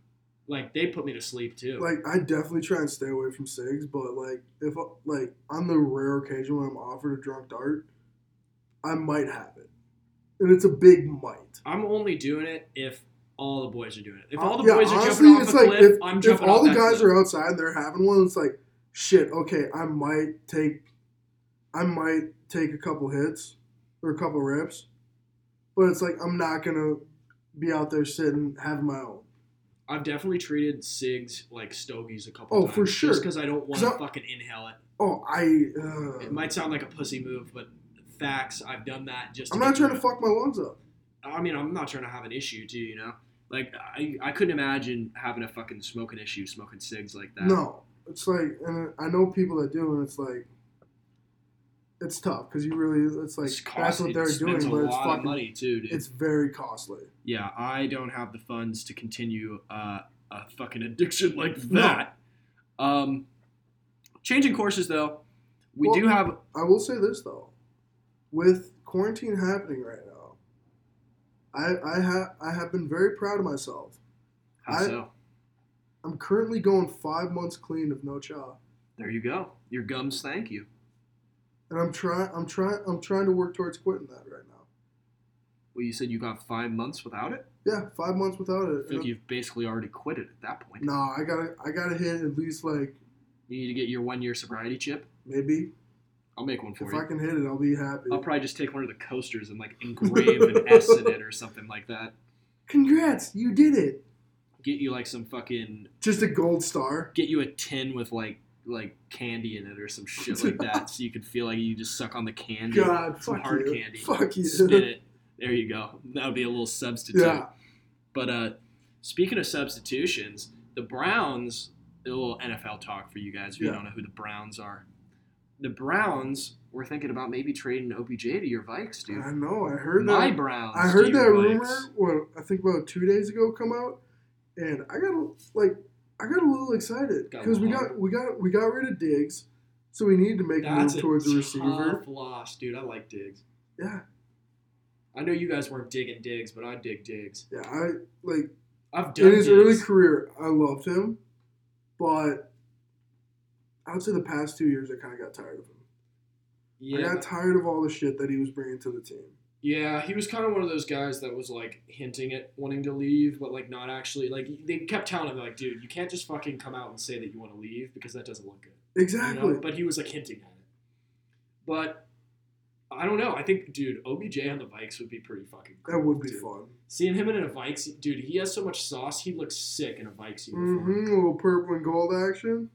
Like they put me to sleep too. like I definitely try and stay away from cigs, but like if like on the rare occasion when I'm offered a drunk dart, I might have it, and it's a big might. I'm only doing it if all the boys are doing it. If Uh, all the yeah, boys are honestly, jumping off it's a like cliff, if- I'm If jumping all off the that guys cliff. are outside and they're having one, it's like shit. Okay, I might take, I might take a couple hits or a couple rips, but it's like I'm not gonna be out there sitting having my own. I've definitely treated cigs like stogies a couple Oh, times. for sure. Just because I don't want to I- fucking inhale it. Oh, I. Uh, It might sound like a pussy move, but facts. I've done that just. I'm not get trying to through fuck my lungs up. it. I mean, I'm not trying to have an issue too. You know, like I, I couldn't imagine having a fucking smoking issue, smoking cigs like that. No, it's like, and I know people that do, and it's like, it's tough because you really, it's like It's that's cost- what they're it doing, spends a but it's lot of fucking, money too, dude. it's very costly. yeah, I don't have the funds to continue uh, a fucking addiction like that. Um, changing courses though, we Well- do have. I will say this though, with quarantine happening right now, I I have I have been very proud of myself. How I- so? I'm currently going five months clean of no chow, There you go. Your gums, thank you. and I'm trying I'm trying I'm trying to work towards quitting that right now. Well, you said you got five months without it. Yeah, five months without it. I and think you've basically already quit it at that point. I'm- Nah, I gotta I gotta hit at least like You need to get your one year sobriety chip. maybe I'll make one for if you. I can hit it, I'll be happy. I'll probably just take one of the coasters and like engrave an S in it or something like that. Congrats, you did it. Get you like some fucking Just a gold star. get you a tin with like like candy in it or some shit like that, so you could feel like you just suck on the candy, God, some fuck hard you. candy, Fuck you. spit it. There you go. That would be a little substitute. Yeah. But uh, speaking of substitutions, the Browns, a little NFL talk for you guys if you Yeah. don't know who the Browns are. The Browns were thinking about maybe trading OBJ to your Vikes, dude. I know. I heard that. My Browns. I heard to that your rumor. Vikes. What I think about two days ago come out, and I got a- like I got a little excited Got a because we little got we got we got rid of Diggs, so we needed to make That's a move towards a the receiver. tough loss, dude. I like Diggs. Yeah, I know you guys weren't digging Diggs, but I dig Diggs. yeah. I like I've done in his Diggs. early career, I loved him, but out to the past two years, I kind of got tired of him. I yeah, got tired of all the shit that he was bringing to the team. yeah. He was kind of one of those guys that was like hinting at wanting to leave, but like not actually. Like they kept telling him, like, dude, you can't just fucking come out and say that you want to leave because that doesn't look good. you know? Exactly. But he was like hinting at it. But I don't know. I think, dude, OBJ on the Vikes would be pretty fucking. Cool, that would be dude. fun. Seeing him in a Vikes, dude, he has so much sauce. He looks sick in a Vikes uniform. hmm A little purple and gold action.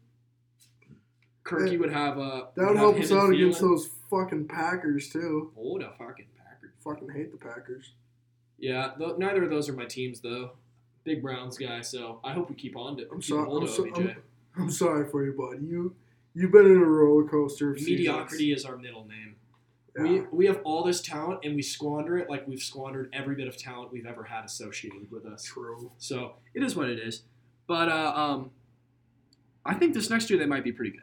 Kirky would have uh, That would would have help him us and out Thielen. against those fucking Packers too. Oh, the fucking Packers. Fucking hate the Packers. Yeah, th- neither of those are my teams though. Big Browns guy, so I hope we keep on to I'm keep sorry. hold I'm, of so, OBJ. I'm, I'm sorry for you, bud. You you've been in a roller coaster. Of seasons. Mediocrity is our middle name. Yeah. We, we have all this talent and we squander it like we've squandered every bit of talent we've ever had associated with us. True. So it is what it is. But uh, um, I think this next year they might be pretty good.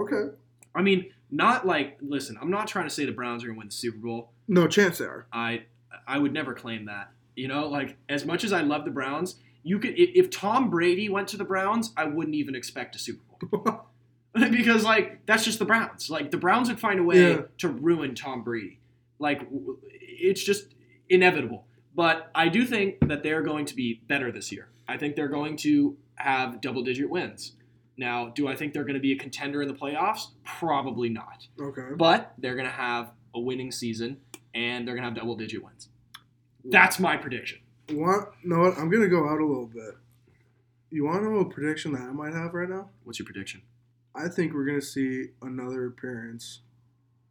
Okay. I mean, not like listen. I'm not trying to say the Browns are going to win the Super Bowl. No chance they are. I I would never claim that. You know, like as much as I love the Browns, you could if, if Tom Brady went to the Browns, I wouldn't even expect a Super Bowl. because like that's just the Browns. Like the Browns would find a way Yeah. to ruin Tom Brady. Like w- w- it's just inevitable. But I do think that they're going to be better this year. I think they're going to have double digit wins. Now, do I think they're going to be a contender in the playoffs? Probably not. Okay. But they're going to have a winning season and they're going to have double digit wins. That's my prediction. Want no? What? I'm gonna go out a little bit. You want to know a prediction that I might have right now? What's your prediction? I think we're gonna see another appearance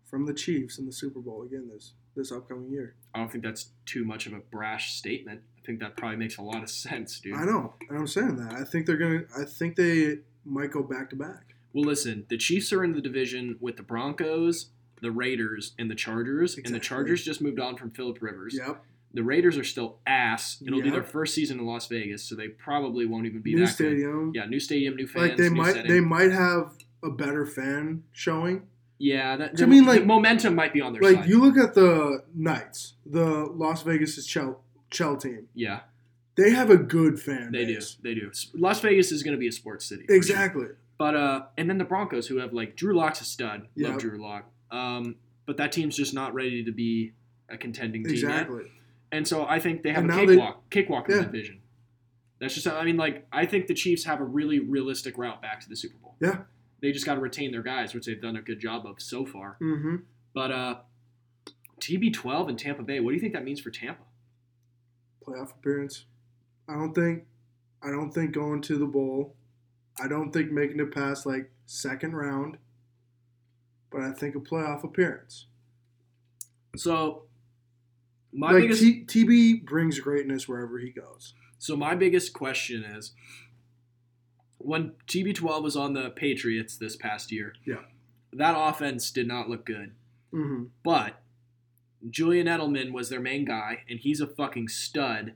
from the Chiefs in the Super Bowl again this this upcoming year. I don't think that's too much of a brash statement. I think that probably makes a lot of sense, dude. I know, and I'm saying that. I think they're gonna. I think they might go back to back. Well, listen, the Chiefs are in the division with the Broncos, the Raiders, and the Chargers, and Exactly. the Chargers just moved on from Philip Rivers. Yep. The Raiders are still ass. It'll be Yeah. their first season in Las Vegas, so they probably won't even be New that good. stadium. Yeah, new stadium, new fans, like they new might. setting. They might have a better fan showing. yeah, that, Do the, you mean, the like- momentum might be on their Like side. you look at the Knights, the Las Vegas' Chell Chell team. yeah, They have a good fan. they do. base. They do. S- Las Vegas is going to be a sports city. for sure. Exactly. But uh, and then the Broncos, who have like Drew Locke's a stud. Yeah. Love Drew Lock. Um, but that team's just not ready to be a contending team yet. Exactly. And so I think they have And a now cakewalk, cakewalk in Yeah. the division. That's just, I mean, like, I think the Chiefs have a really realistic route back to the Super Bowl. Yeah. They just got to retain their guys, which they've done a good job of so far. Mm-hmm. But uh, TB12 and Tampa Bay, what do you think that means for Tampa? Playoff appearance. I don't think. I don't think going to the bowl. I don't think making it past like second round. But I think a playoff appearance. So, my like biggest. T- TB brings greatness wherever he goes. So my biggest question is when TB12 was on the Patriots this past year. Yeah. That offense did not look good, Mm-hmm. but Julian Edelman was their main guy and he's a fucking stud,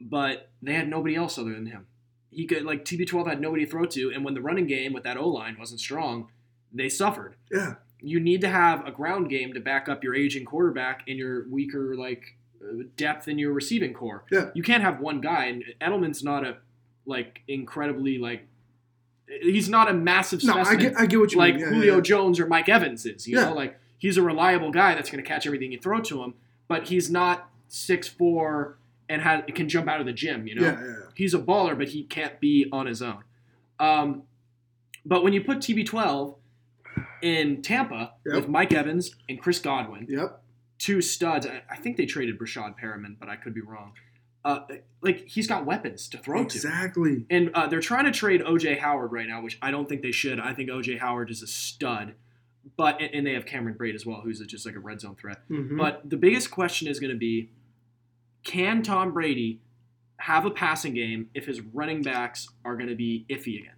but they had nobody else other than him. He could like TB12 had nobody to throw to and when the running game with that O-line wasn't strong, they suffered. Yeah, You need to have a ground game to back up your aging quarterback and your weaker like uh, depth in your receiving core yeah. you can't have one guy and Edelman's not a like incredibly like he's not a massive No, specimen I get, I get what you like mean. Yeah, Julio yeah, Jones or Mike Evans is, you Yeah. know, like he's a reliable guy that's going to catch everything you throw to him, but he's not 6'4 and ha can jump out of the gym, you know. yeah. yeah, yeah. He's a baller but he can't be on his own. Um, but when you put TB12 in Tampa Yep. with Mike Evans and Chris Godwin, Yep. two studs. I, I think they traded Brashad Perriman, but I could be wrong. Uh, like he's got weapons to throw to. Exactly. And uh, they're trying to trade OJ Howard right now, which I don't think they should. I think OJ Howard is a stud, but and, and they have Cameron Braid as well, who's just like a red zone threat. Mhm. But the biggest question is going to be, can Tom Brady have a passing game if his running backs are going to be iffy again?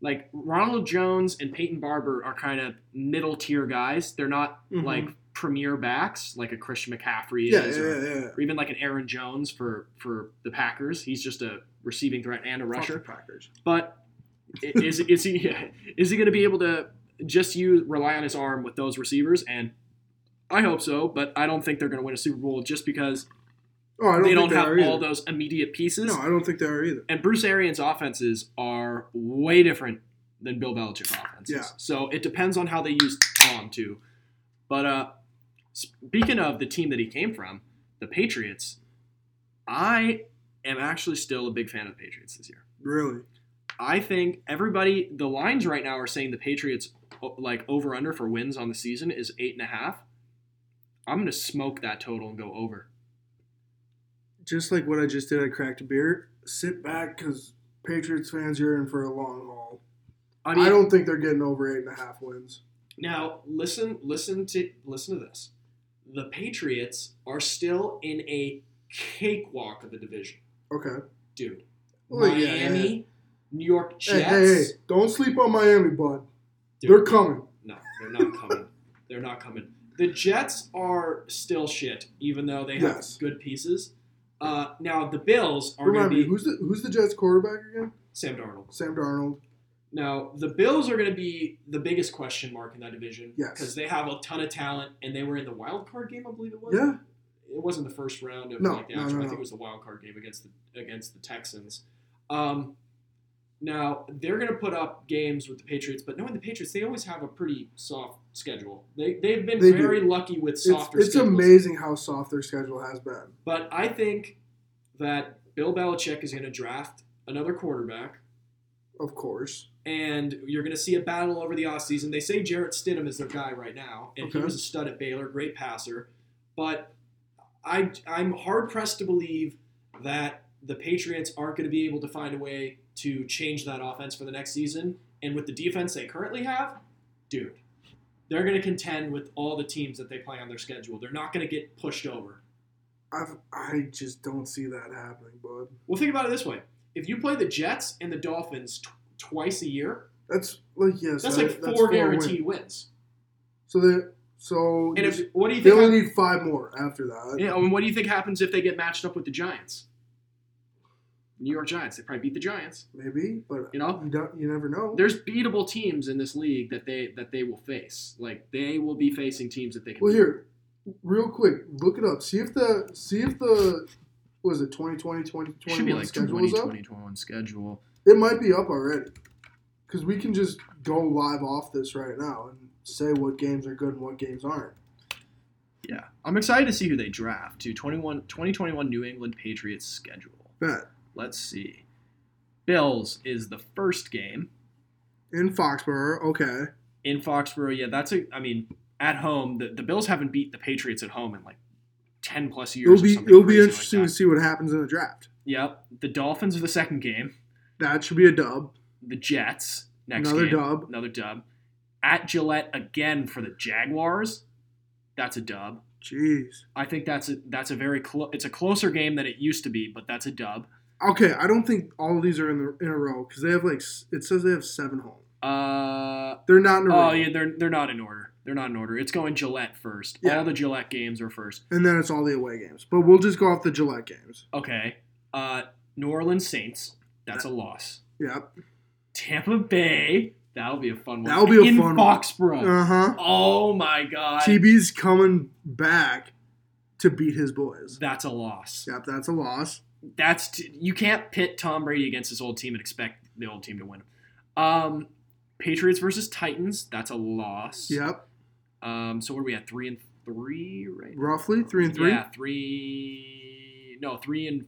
Like Ronald Jones and Peyton Barber are kind of middle tier guys. They're not Mhm. like premier backs like a Christian McCaffrey yeah, yeah, is, or, yeah, yeah. or even like an Aaron Jones for for the Packers. He's just a receiving threat and a rusher. Fuck the Packers. But i- is is he is he going to be able to just use rely on his arm with those receivers? And I hope so, but I don't think they're going to win a Super Bowl just because Oh, I don't they think don't they have are all either. those immediate pieces. No, I don't think they are either. And Bruce Arians' offenses are way different than Bill Belichick's offenses. Yeah. So it depends on how they use Tom too. But uh, speaking of the team that he came from, the Patriots, I am actually still a big fan of the Patriots this year. Really. I think everybody, the lines right now are saying the Patriots o- like over under for wins on the season is eight and a half. I'm gonna smoke that total and go over. Just like what I just did, I cracked a beer. Sit back because Patriots fans, you're in for a long haul. I I, mean, don't think they're getting over eight and a half wins. Now listen, listen to listen to this. The Patriots are still in a cakewalk of the division, Okay. dude. Well, Oh, yeah, Miami, New York Hey, Jets. hey, hey, don't sleep on Miami, bud. Dude, They're coming. no, they're not coming. they're not coming. The Jets are still shit, even though they have Yes. good pieces. Uh, now the Bills are going Remind to me, be who's the who's the Jets quarterback again? Sam Darnold. Sam Darnold. Now the Bills are going to be the biggest question mark in that division Yes. because they have a ton of talent, and they were in the wild card game, I believe it was. Yeah. it wasn't the first round of No, like the no, actual. no, I think no. it was the wild card game against the against the Texans. Um, now they're going to put up games with the Patriots, but knowing the Patriots, they always have a pretty soft schedule. They they've been They do. very lucky with It's, softer. it's schedules. amazing how soft their schedule has been. But I think that Bill Belichick is going to draft another quarterback. Of course. And you're going to see a battle over the offseason. They say Jarrett Stidham is their guy right now, and he Okay. was a stud at Baylor, great passer. But I, I'm hard pressed to believe that the Patriots aren't going to be able to find a way to change that offense for the next season. And with the defense they currently have, dude, they're going to contend with all the teams that they play on their schedule. They're not going to get pushed over. I've, I just don't see that happening, bud. Well, think about it this way: if you play the Jets and the Dolphins tw- twice a year, That's like yes. that's that- like four, wins. guaranteed wins. So they so And if what do you they think? only hap- need five more after that. Yeah, and what do you think happens if they get matched up with the Giants? New York Giants. They probably beat the Giants. Maybe, but You know? you, don't, you never know. There's beatable teams in this league that they that they will face. Like they will be facing teams that they can. Well, beat. here, real quick, look it up. See if the see if the was it 2020 It should be 2021 like schedule 20, is up. 2021 schedule. It might be up already, because we can just go live off this right now and say what games are good and what games aren't. Yeah, I'm excited to see who they draft to 21 2021 New England Patriots schedule. Bet Let's see. Bills is the first game in Foxborough. Okay, in Foxborough. Yeah, that's a. I mean, at home, the, the Bills haven't beat the Patriots at home in like ten plus years. it'll or be something it'll be crazy like interesting that. to see what happens in the draft. Yep. The Dolphins are the second game. That should be a dub. The Jets next Another game. dub. Another dub. At Gillette again for the Jaguars. That's a dub. Jeez. I think that's a that's a very close. It's a closer game than it used to be, but that's a dub. Okay, I don't think all of these are in the in a row because they have like s- it says they have seven home. Uh They're not in a row. oh yeah, they're they're not in order. They're not in order. It's going Gillette first. Yeah. All the Gillette games are first. And then it's all the away games. But we'll just go off the Gillette games. Okay. Uh, New Orleans Saints. That's a loss. Yep. Tampa Bay. That'll be a fun one. That'll be a in fun one. Foxborough. Uh huh. Oh my God. TB's coming back to beat his boys. That's a loss. Yep, that's a loss. That's t- you can't pit Tom Brady against his old team and expect the old team to win. Um, Patriots versus Titans. That's a loss. Yep, Um, so what are we at? Three and three, right? roughly three and three. Yeah, three. No, three and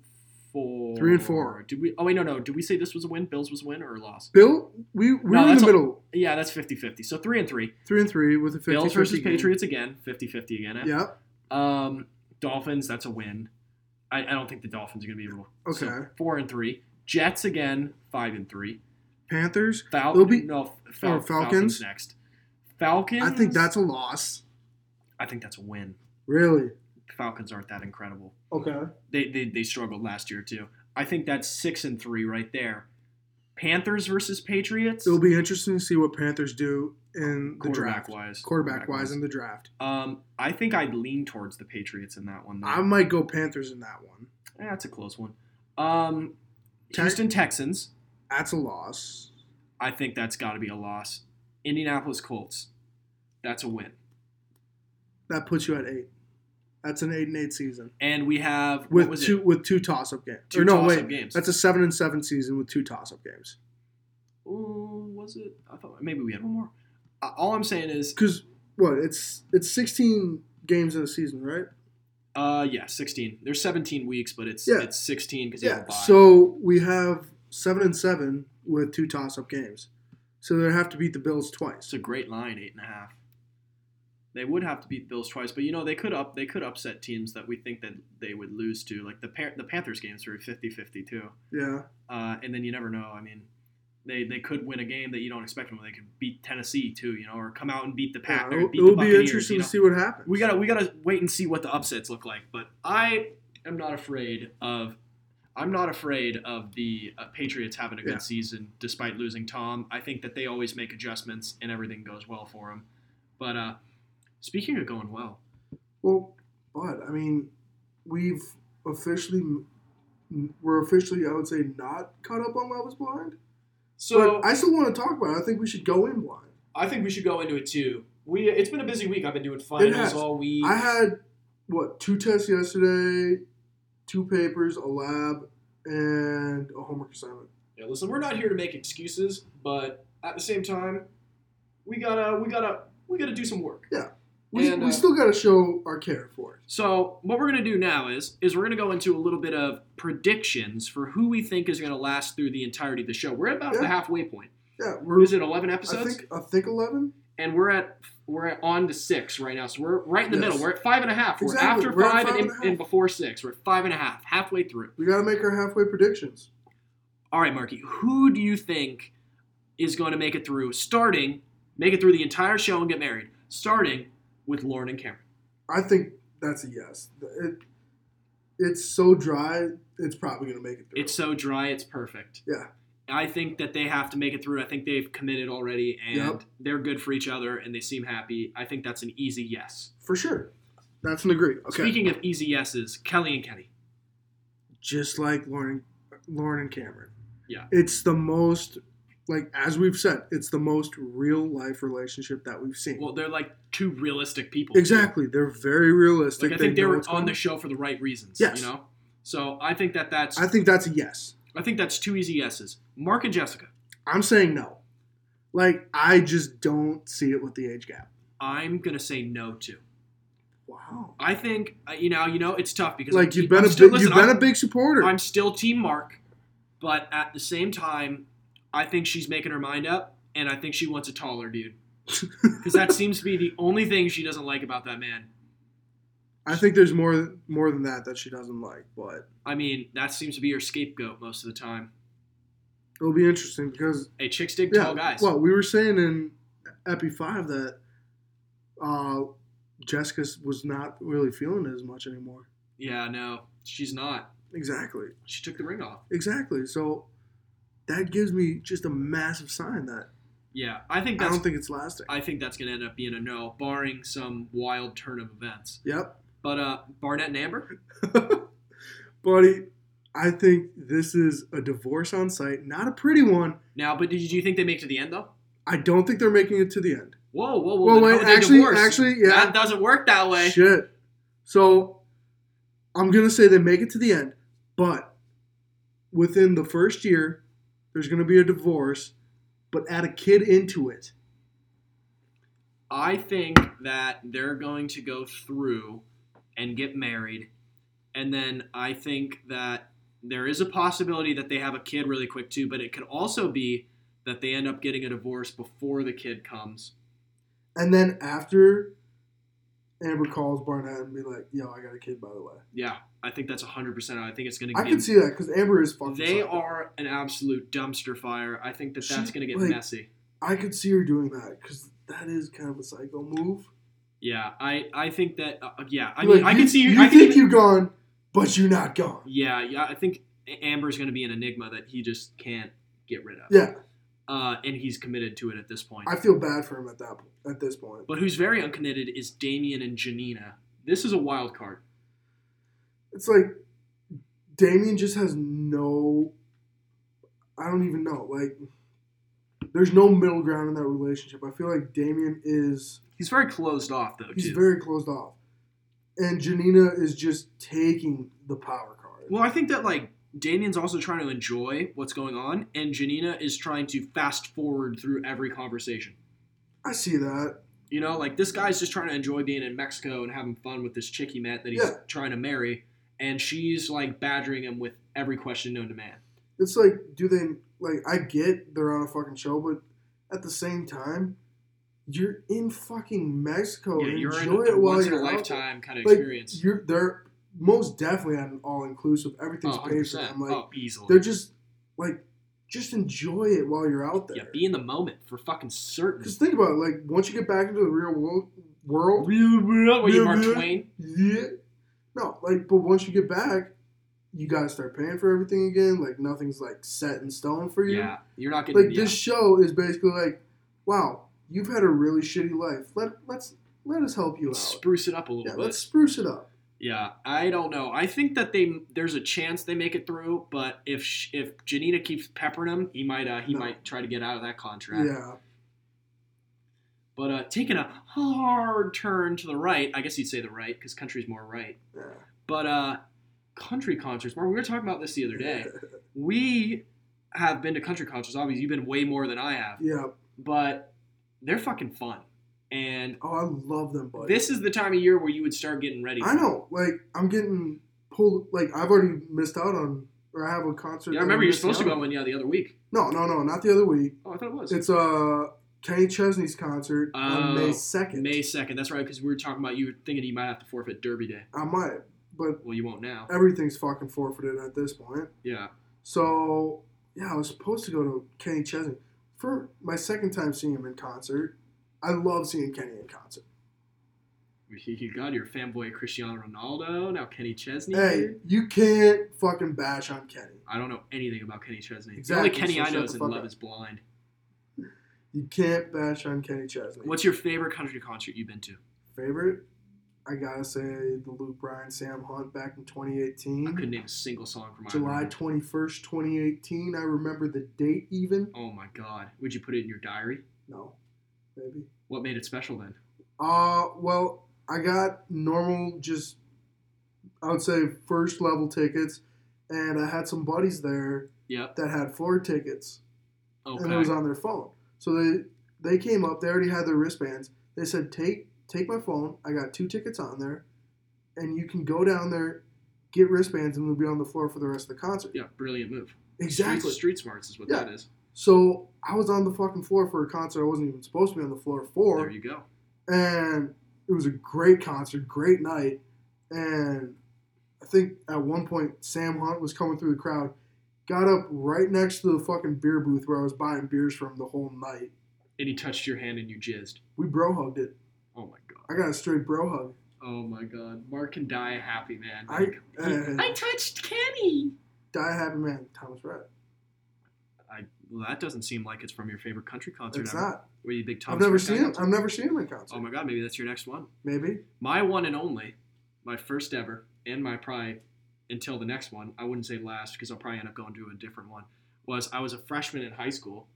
four. Three and four. Did we? Oh wait, no, no. Did we say this was a win? Bills was a win or a loss? Bill, we we're No, in that's the a- middle. Yeah, that's 50-50. So three and three. Three and three with a 50 Bills versus 50 game. Patriots again, 50-50 again. eh? Yep. Um, Dolphins, that's a win. I, I don't think the Dolphins are going to be able. to. so Okay. four and three. Jets again, five and three. Panthers. Fal- They'll be- no Fal- or Falcons. Falcons? next. Falcons. I think that's a loss. I think that's a win. Really. Falcons aren't that incredible. Okay. They they, they struggled last year too. I think that's six and three right there. Panthers versus Patriots. It'll be interesting to see what Panthers do in the quarterback draft, wise. quarterback wise in the draft. Um, I think I'd lean towards the Patriots in that one. Though. I might go Panthers in that one. Eh, that's a close one. Um, Tex- Houston Texans. That's a loss. I think that's got to be a loss. Indianapolis Colts. That's a win. That puts you at eight. That's an eight and eight season And we have what with was two it? with two toss up games. Two or no, toss-up wait, games. that's a seven and seven season with two toss up games. Ooh, was it? I thought maybe we had one more. Uh, all I'm saying is, Because what it's it's sixteen games in a season, right? uh, yeah, 16. There's 17 weeks, but it's Yeah. it's 16 because you have Yeah. a bye. So we have seven and seven with two toss up games. So they have to beat the Bills it's twice. a great line, eight and a half. They would have to beat Bills twice, but you know they could up they could upset teams that we think that they would lose to, like the Pan- the Panthers games were 50-50 too. Yeah. uh, and then you never know. I mean, they they could win a game that you don't expect them. to. They could beat Tennessee too, you know, or come out and beat the yeah Pack. or it'll beat the it'll be Buccaneers, interesting you know. to see what happens. We gotta we gotta wait and see what the upsets look like. But I am not afraid of. I- I'm not afraid of the uh, Patriots having a good Yeah. season despite losing Tom. I think that they always make adjustments and everything goes well for them. But uh, speaking of going well, Well, but I mean, we've officially we're officially I would say not caught up on Love Is Blind. So but I still want to talk about it. I think we should go in blind. I think we should go into it too. We it's been a busy week. I've been doing finals has. all week. I had what two tests yesterday, two papers, a lab, and a homework assignment. Yeah, listen, we're not here to make excuses, but at the same time, we gotta we gotta we gotta do some work. We, And, we uh, still got to show our care for it. So what we're gonna do now is is we're gonna go into a little bit of predictions for who we think is gonna last through the entirety of the show. We're at about the Yeah. halfway point. Yeah, we're Is it eleven I episodes? think I think eleven. and we're at we're at on to six right now. So we're right in the Yes. middle. We're at five and a half. We're Exactly. after We're at five, five and, and a in- half. and before six. We're at five and a half, halfway through. We got to make our halfway predictions. All right, Marky, who do you think is going to make it through? Starting, make it through the entire show and get married. Starting with Lauren and Cameron. I think that's a yes. It, it's so dry. It's probably gonna make it through. It's so dry, it's perfect. Yeah. I think that they have to make it through. I think they've committed already, and Yep. they're good for each other, and they seem happy. I think that's an easy yes. for sure. That's an agree. Okay. Speaking of easy yeses, Kelly and Kenny. just like Lauren, Lauren and Cameron. Yeah. It's the most, like as we've said, it's the most real life relationship that we've seen. Well, they're like two realistic people. exactly. They're very realistic. Like I think they know were what's on going the show for the right reasons. Yes. You know. So I think that that's I think that's a yes. I think that's two easy yeses. Mark and Jessica. I'm saying no. Like I just don't see it with the age gap. I'm gonna say no to. Wow. I think uh, you know you know it's tough because Like I'm- you've been I'm a still- big, listen, you've been I'm, a big supporter. I'm still Team Mark, but at the same time, I think she's making her mind up, and I think she wants a taller dude because that seems to be the only thing she doesn't like about that man. I think there's more more than that that she doesn't like, but I mean, that seems to be her scapegoat most of the time. it'll be interesting because Hey, chicks dig Yeah. tall guys. Well, we were saying in Epi Five that uh, Jessica was not really feeling it as much anymore. yeah, no, she's not. Exactly. She took the ring off. Exactly. So that gives me just a massive sign that Yeah, I think I that's don't think it's lasting. I think that's going to end up being a no, barring some wild turn of events. yep, But uh, Barnett and Amber, buddy. I think this is a divorce on site, not a pretty one. now, but did you, do you think they make it to the end though? I don't think they're making it to the end. Whoa, whoa, whoa! Well, then wait, how would they actually- divorce? actually, yeah. that doesn't work that way. Shit. So I'm gonna say they make it to the end, but within the first year, there's gonna be a divorce, but add a kid into it. I think that they're going to go through and get married, and then I think that there is a possibility that they have a kid really quick too. But it could also be that they end up getting a divorce before the kid comes. And then after Amber calls Barnett and be like, yo, I got a kid by the way. Yeah, I think that's hundred percent. I think it's going to. I can see that because Amber is fucking They psycho. are an absolute dumpster fire. I think that She- that's going to get like- messy. I could see her doing that because that is kind of a psycho move. Yeah, I, I think that uh, yeah. I Like, mean, I can see. you I think think, you're gone, but you're not gone. yeah, yeah. I think Amber's going to be an enigma that he just can't get rid of. Yeah, Uh, and he's committed to it at this point. I feel bad for him at that at this point. but who's very uncommitted is Damien and Janina. This is a wild card. It's like Damien just has no. I don't even know. Like, there's no middle ground in that relationship. I feel like Damien is He's very closed off though. he's too. very closed off, and Janina is just taking the power card. Well, I think that like Damien's also trying to enjoy what's going on, and Janina is trying to fast forward through every conversation. I see that. You know, like this guy's just trying to enjoy being in Mexico and having fun with this chick he met that he's Yeah. trying to marry, and she's like badgering him with every question known to man. It's like, do they like? I get they're on a fucking show, but at the same time, you're in fucking Mexico. yeah, you're Oh, Enjoy in a it while once in a you're out there. lifetime kind of Like, experience. You're they're most definitely at an all inclusive. Everything's Oh, paid. for. 100%. I'm like. oh, easily. They're just like, just enjoy it while you're out yeah, there. be in the moment for fucking certain. Because think about it, like once you get back into the real world, world, What, you yeah, Mark yeah. Twain? yeah, no, like, but once you get back, you gotta start paying for everything again. Like nothing's like set in stone for you. Yeah, you're not getting Like this show is basically like, wow, you've had a really shitty life. Let let's let us help you yeah, out. spruce it up a little Yeah, bit. let's spruce it up. Yeah, I don't know. I think that they there's a chance they make it through, but if sh- if Janina keeps peppering him, he might uh, he No. might try to get out of that contract. Yeah, But uh, taking a hard turn to the right, I guess you'd say the right because country's more right. yeah. But uh, country concerts, Mark, we were talking about this the other day. We have been to country concerts. Obviously, you've been way more than I have, Yeah. but they're fucking fun. And Oh, I love them, buddy. this is the time of year where you would start getting ready. I know. Like I'm getting pulled. Like I've already missed out on, or I have a concert. Yeah, I that remember I'm you're missing supposed to out go on. one yeah the other week. No, no, no, not the other week. Oh, I thought it was. It's uh Kenny Chesney's concert on Oh, May second. May 2nd. That's right, because we were talking about you were thinking you might have to forfeit Derby Day. I might, but Well, you won't now. everything's fucking forfeited at this point. Yeah. So yeah, I was supposed to go to Kenny Chesney for my second time seeing him in concert. I love seeing Kenny in concert. You got your fanboy Cristiano Ronaldo, now Kenny Chesney. Hey, dude. you can't fucking bash on Kenny. I don't know anything about Kenny Chesney. Exactly, The only Kenny so I know shut is the in fuck Love up. is Blind. You can't bash on Kenny Chesney. What's your favorite country concert you've been to? favorite? I gotta say the Luke Bryan Sam Hunt back in I 2018, couldn't name a single song from my July 21st, 2018. I remember the date even. Oh my god. Would you put it in your diary? No, maybe. What made it special then? Uh, well, I got normal, just I would say first level tickets, and I had some buddies there Yep. that had floor tickets, and it was Okay. on their phone. So they they came up. They already had their wristbands. They said, "Take take my phone. I got two tickets on there, and you can go down there, get wristbands, and we'll be on the floor for the rest of the concert." Yeah, brilliant move. Exactly. Street, street smarts is what Yeah. that is. So I was on the fucking floor for a concert I wasn't even supposed to be on the floor for. There you go. and it was a great concert, great night. And I think at one point Sam Hunt was coming through the crowd, got up right next to the fucking beer booth where I was buying beers from the whole night. And he touched your hand and you jizzed. We bro hugged it. Oh my god. I got a straight bro hug. Oh my god. Mark can die a happy man. I uh, touched Kenny. die a happy man, Thomas Rhett. I well, that doesn't seem like it's from your favorite country concert. It's ever. not. Were you a big Tom? I've never Swift seen guy? him. I've never seen him in concert. Oh my god, maybe that's your next one. Maybe. My one and only, my first ever, and my probably until the next one. I wouldn't say last because I'll probably end up going to a different one. Was I was a freshman in high school,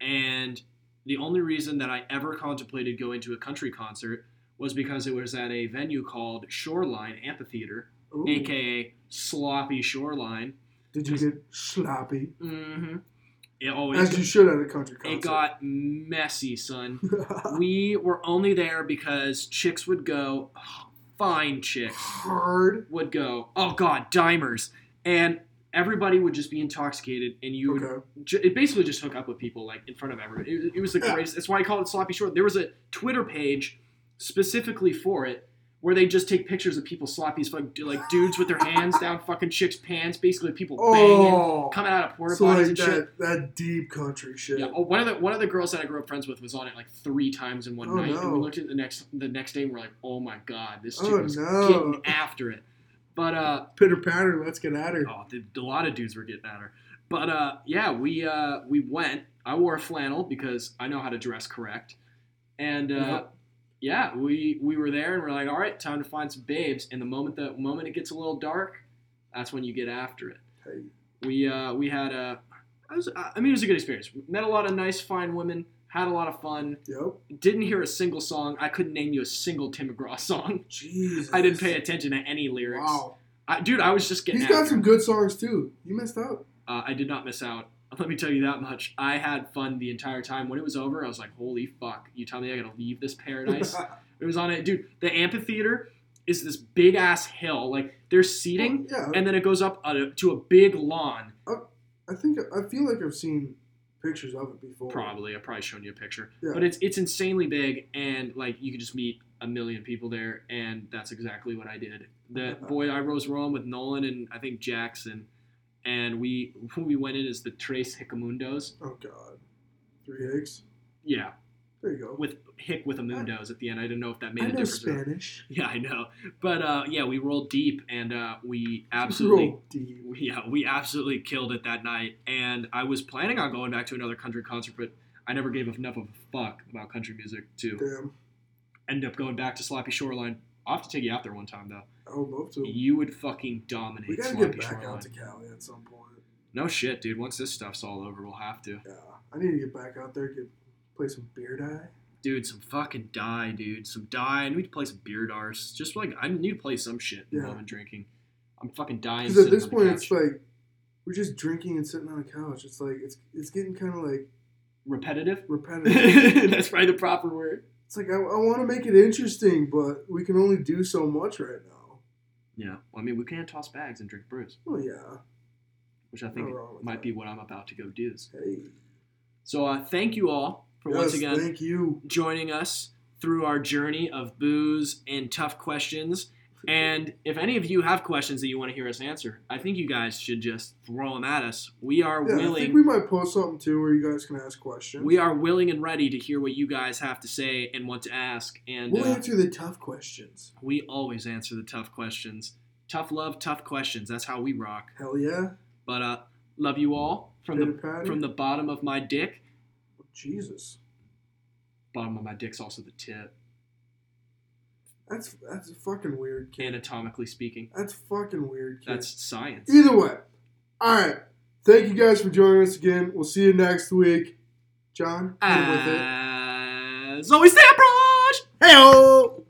and the only reason that I ever contemplated going to a country concert was because it was at a venue called Shoreline Amphitheater, Ooh. aka Sloppy Shoreline. Did you get sloppy? Mm-hmm. It always As you should at a country concert. it got messy, son. we were only there because chicks would go, fine chicks hard. would go. Oh God, dimers, and everybody would just be intoxicated, and you would Okay. ju- it basically just hook up with people like in front of everybody. It, it was the Yeah. greatest. That's why I call it sloppy short. There was a Twitter page specifically for it where they just take pictures of people sloppy as fuck, do- like dudes with their hands down fucking chicks' pants, basically people banging, Oh. coming out of porta So potties like and that, shit. that deep country shit. Yeah. Oh, one of the one of the girls that I grew up friends with was on it like three times in one Oh, night, and no. we looked at it the next the next day and we're like, oh my god, this chick Oh, was no. getting after it. But uh, Pitter patter, let's get at her. oh, the, a lot of dudes were getting at her. But uh, yeah, we uh, we went. I wore a flannel because I know how to dress correct, and uh, Yep. yeah, we we were there and we're like, all right, time to find some babes. And the moment the moment it gets a little dark, that's when you get after it. Hey. We uh, we had a, I was, I mean, it was a good experience. Met a lot of nice, fine women. Had a lot of fun. Yep. Didn't hear a single song. I couldn't name you a single Tim McGraw song. Jesus. I didn't pay attention to any lyrics. Wow. I, dude, I was just getting. He's after got it. some good songs too. You missed out. Uh, I did not miss out. Let me tell you that much. I had fun the entire time. When it was over, I was like, "Holy fuck!" You tell me I gotta leave this paradise. it was on it, dude. The amphitheater is this big ass hill. Like there's seating, Yeah. and then it goes up on a- to a big lawn. I think I feel like I've seen pictures of it before. Probably, I probably shown you a picture, Yeah. but it's it's insanely big, and like you can just meet a million people there, and that's exactly what I did. The boy I rose wrong with Nolan and I think Jackson, and we we went in as the Trace Hickamundos. Oh God. Three eggs. Yeah, There you go. with hick with a moondoes at the end. I didn't know if that made I a know difference. or- Spanish. Yeah, I know. But uh, yeah, we rolled deep and uh, we absolutely Roll D. yeah, we absolutely killed it that night. And I was planning on going back to another country concert, but I never gave enough of a fuck about country music to Damn. end up going back to Sloppy Shoreline. I'll have to take you out there one time though. I would love to. You would fucking We dominate gotta Sloppy get back Shoreline. out to Cali at some point. No shit, dude. Once this stuff's all over, we'll have to. Yeah. I need to get back out there, get play some beard eye. Dude, some fucking die, dude. Some die. I need to play some beer darts. Just like I need to play some shit Yeah. involving drinking. I'm fucking dying. Because at sitting this on the point, couch. it's like we're just drinking and sitting on a couch. It's like it's it's getting kind of like repetitive. repetitive. That's probably the proper word. it's like I, I want to make it interesting, but we can only do so much right now. Yeah. Well, I mean, we can toss bags and drink brews, Well, yeah. which I not think wrong with might that. be what I'm about to go do. Hey. So uh, thank you all for once Yes, again Thank you. joining us through our journey of booze and tough questions. And if any of you have questions that you want to hear us answer, I think you guys should just throw them at us. We are Yeah, I willing. think we might post something too where you guys can ask questions. We are willing and ready to hear what you guys have to say and want to ask. And we'll uh, answer the tough questions. we always answer the tough questions. Tough love, tough questions. That's how we rock. Hell yeah. But uh, love you all from the Pitter patter. from the bottom of my dick. Oh, Jesus. Bottom of my dick's also the tip, That's that's fucking weird, kid. anatomically speaking. That's fucking weird, kid. That's science. Either way. All right. Thank you guys for joining us again. We'll see you next week. John, hit him with it. As always, stay abroad. Hey-o!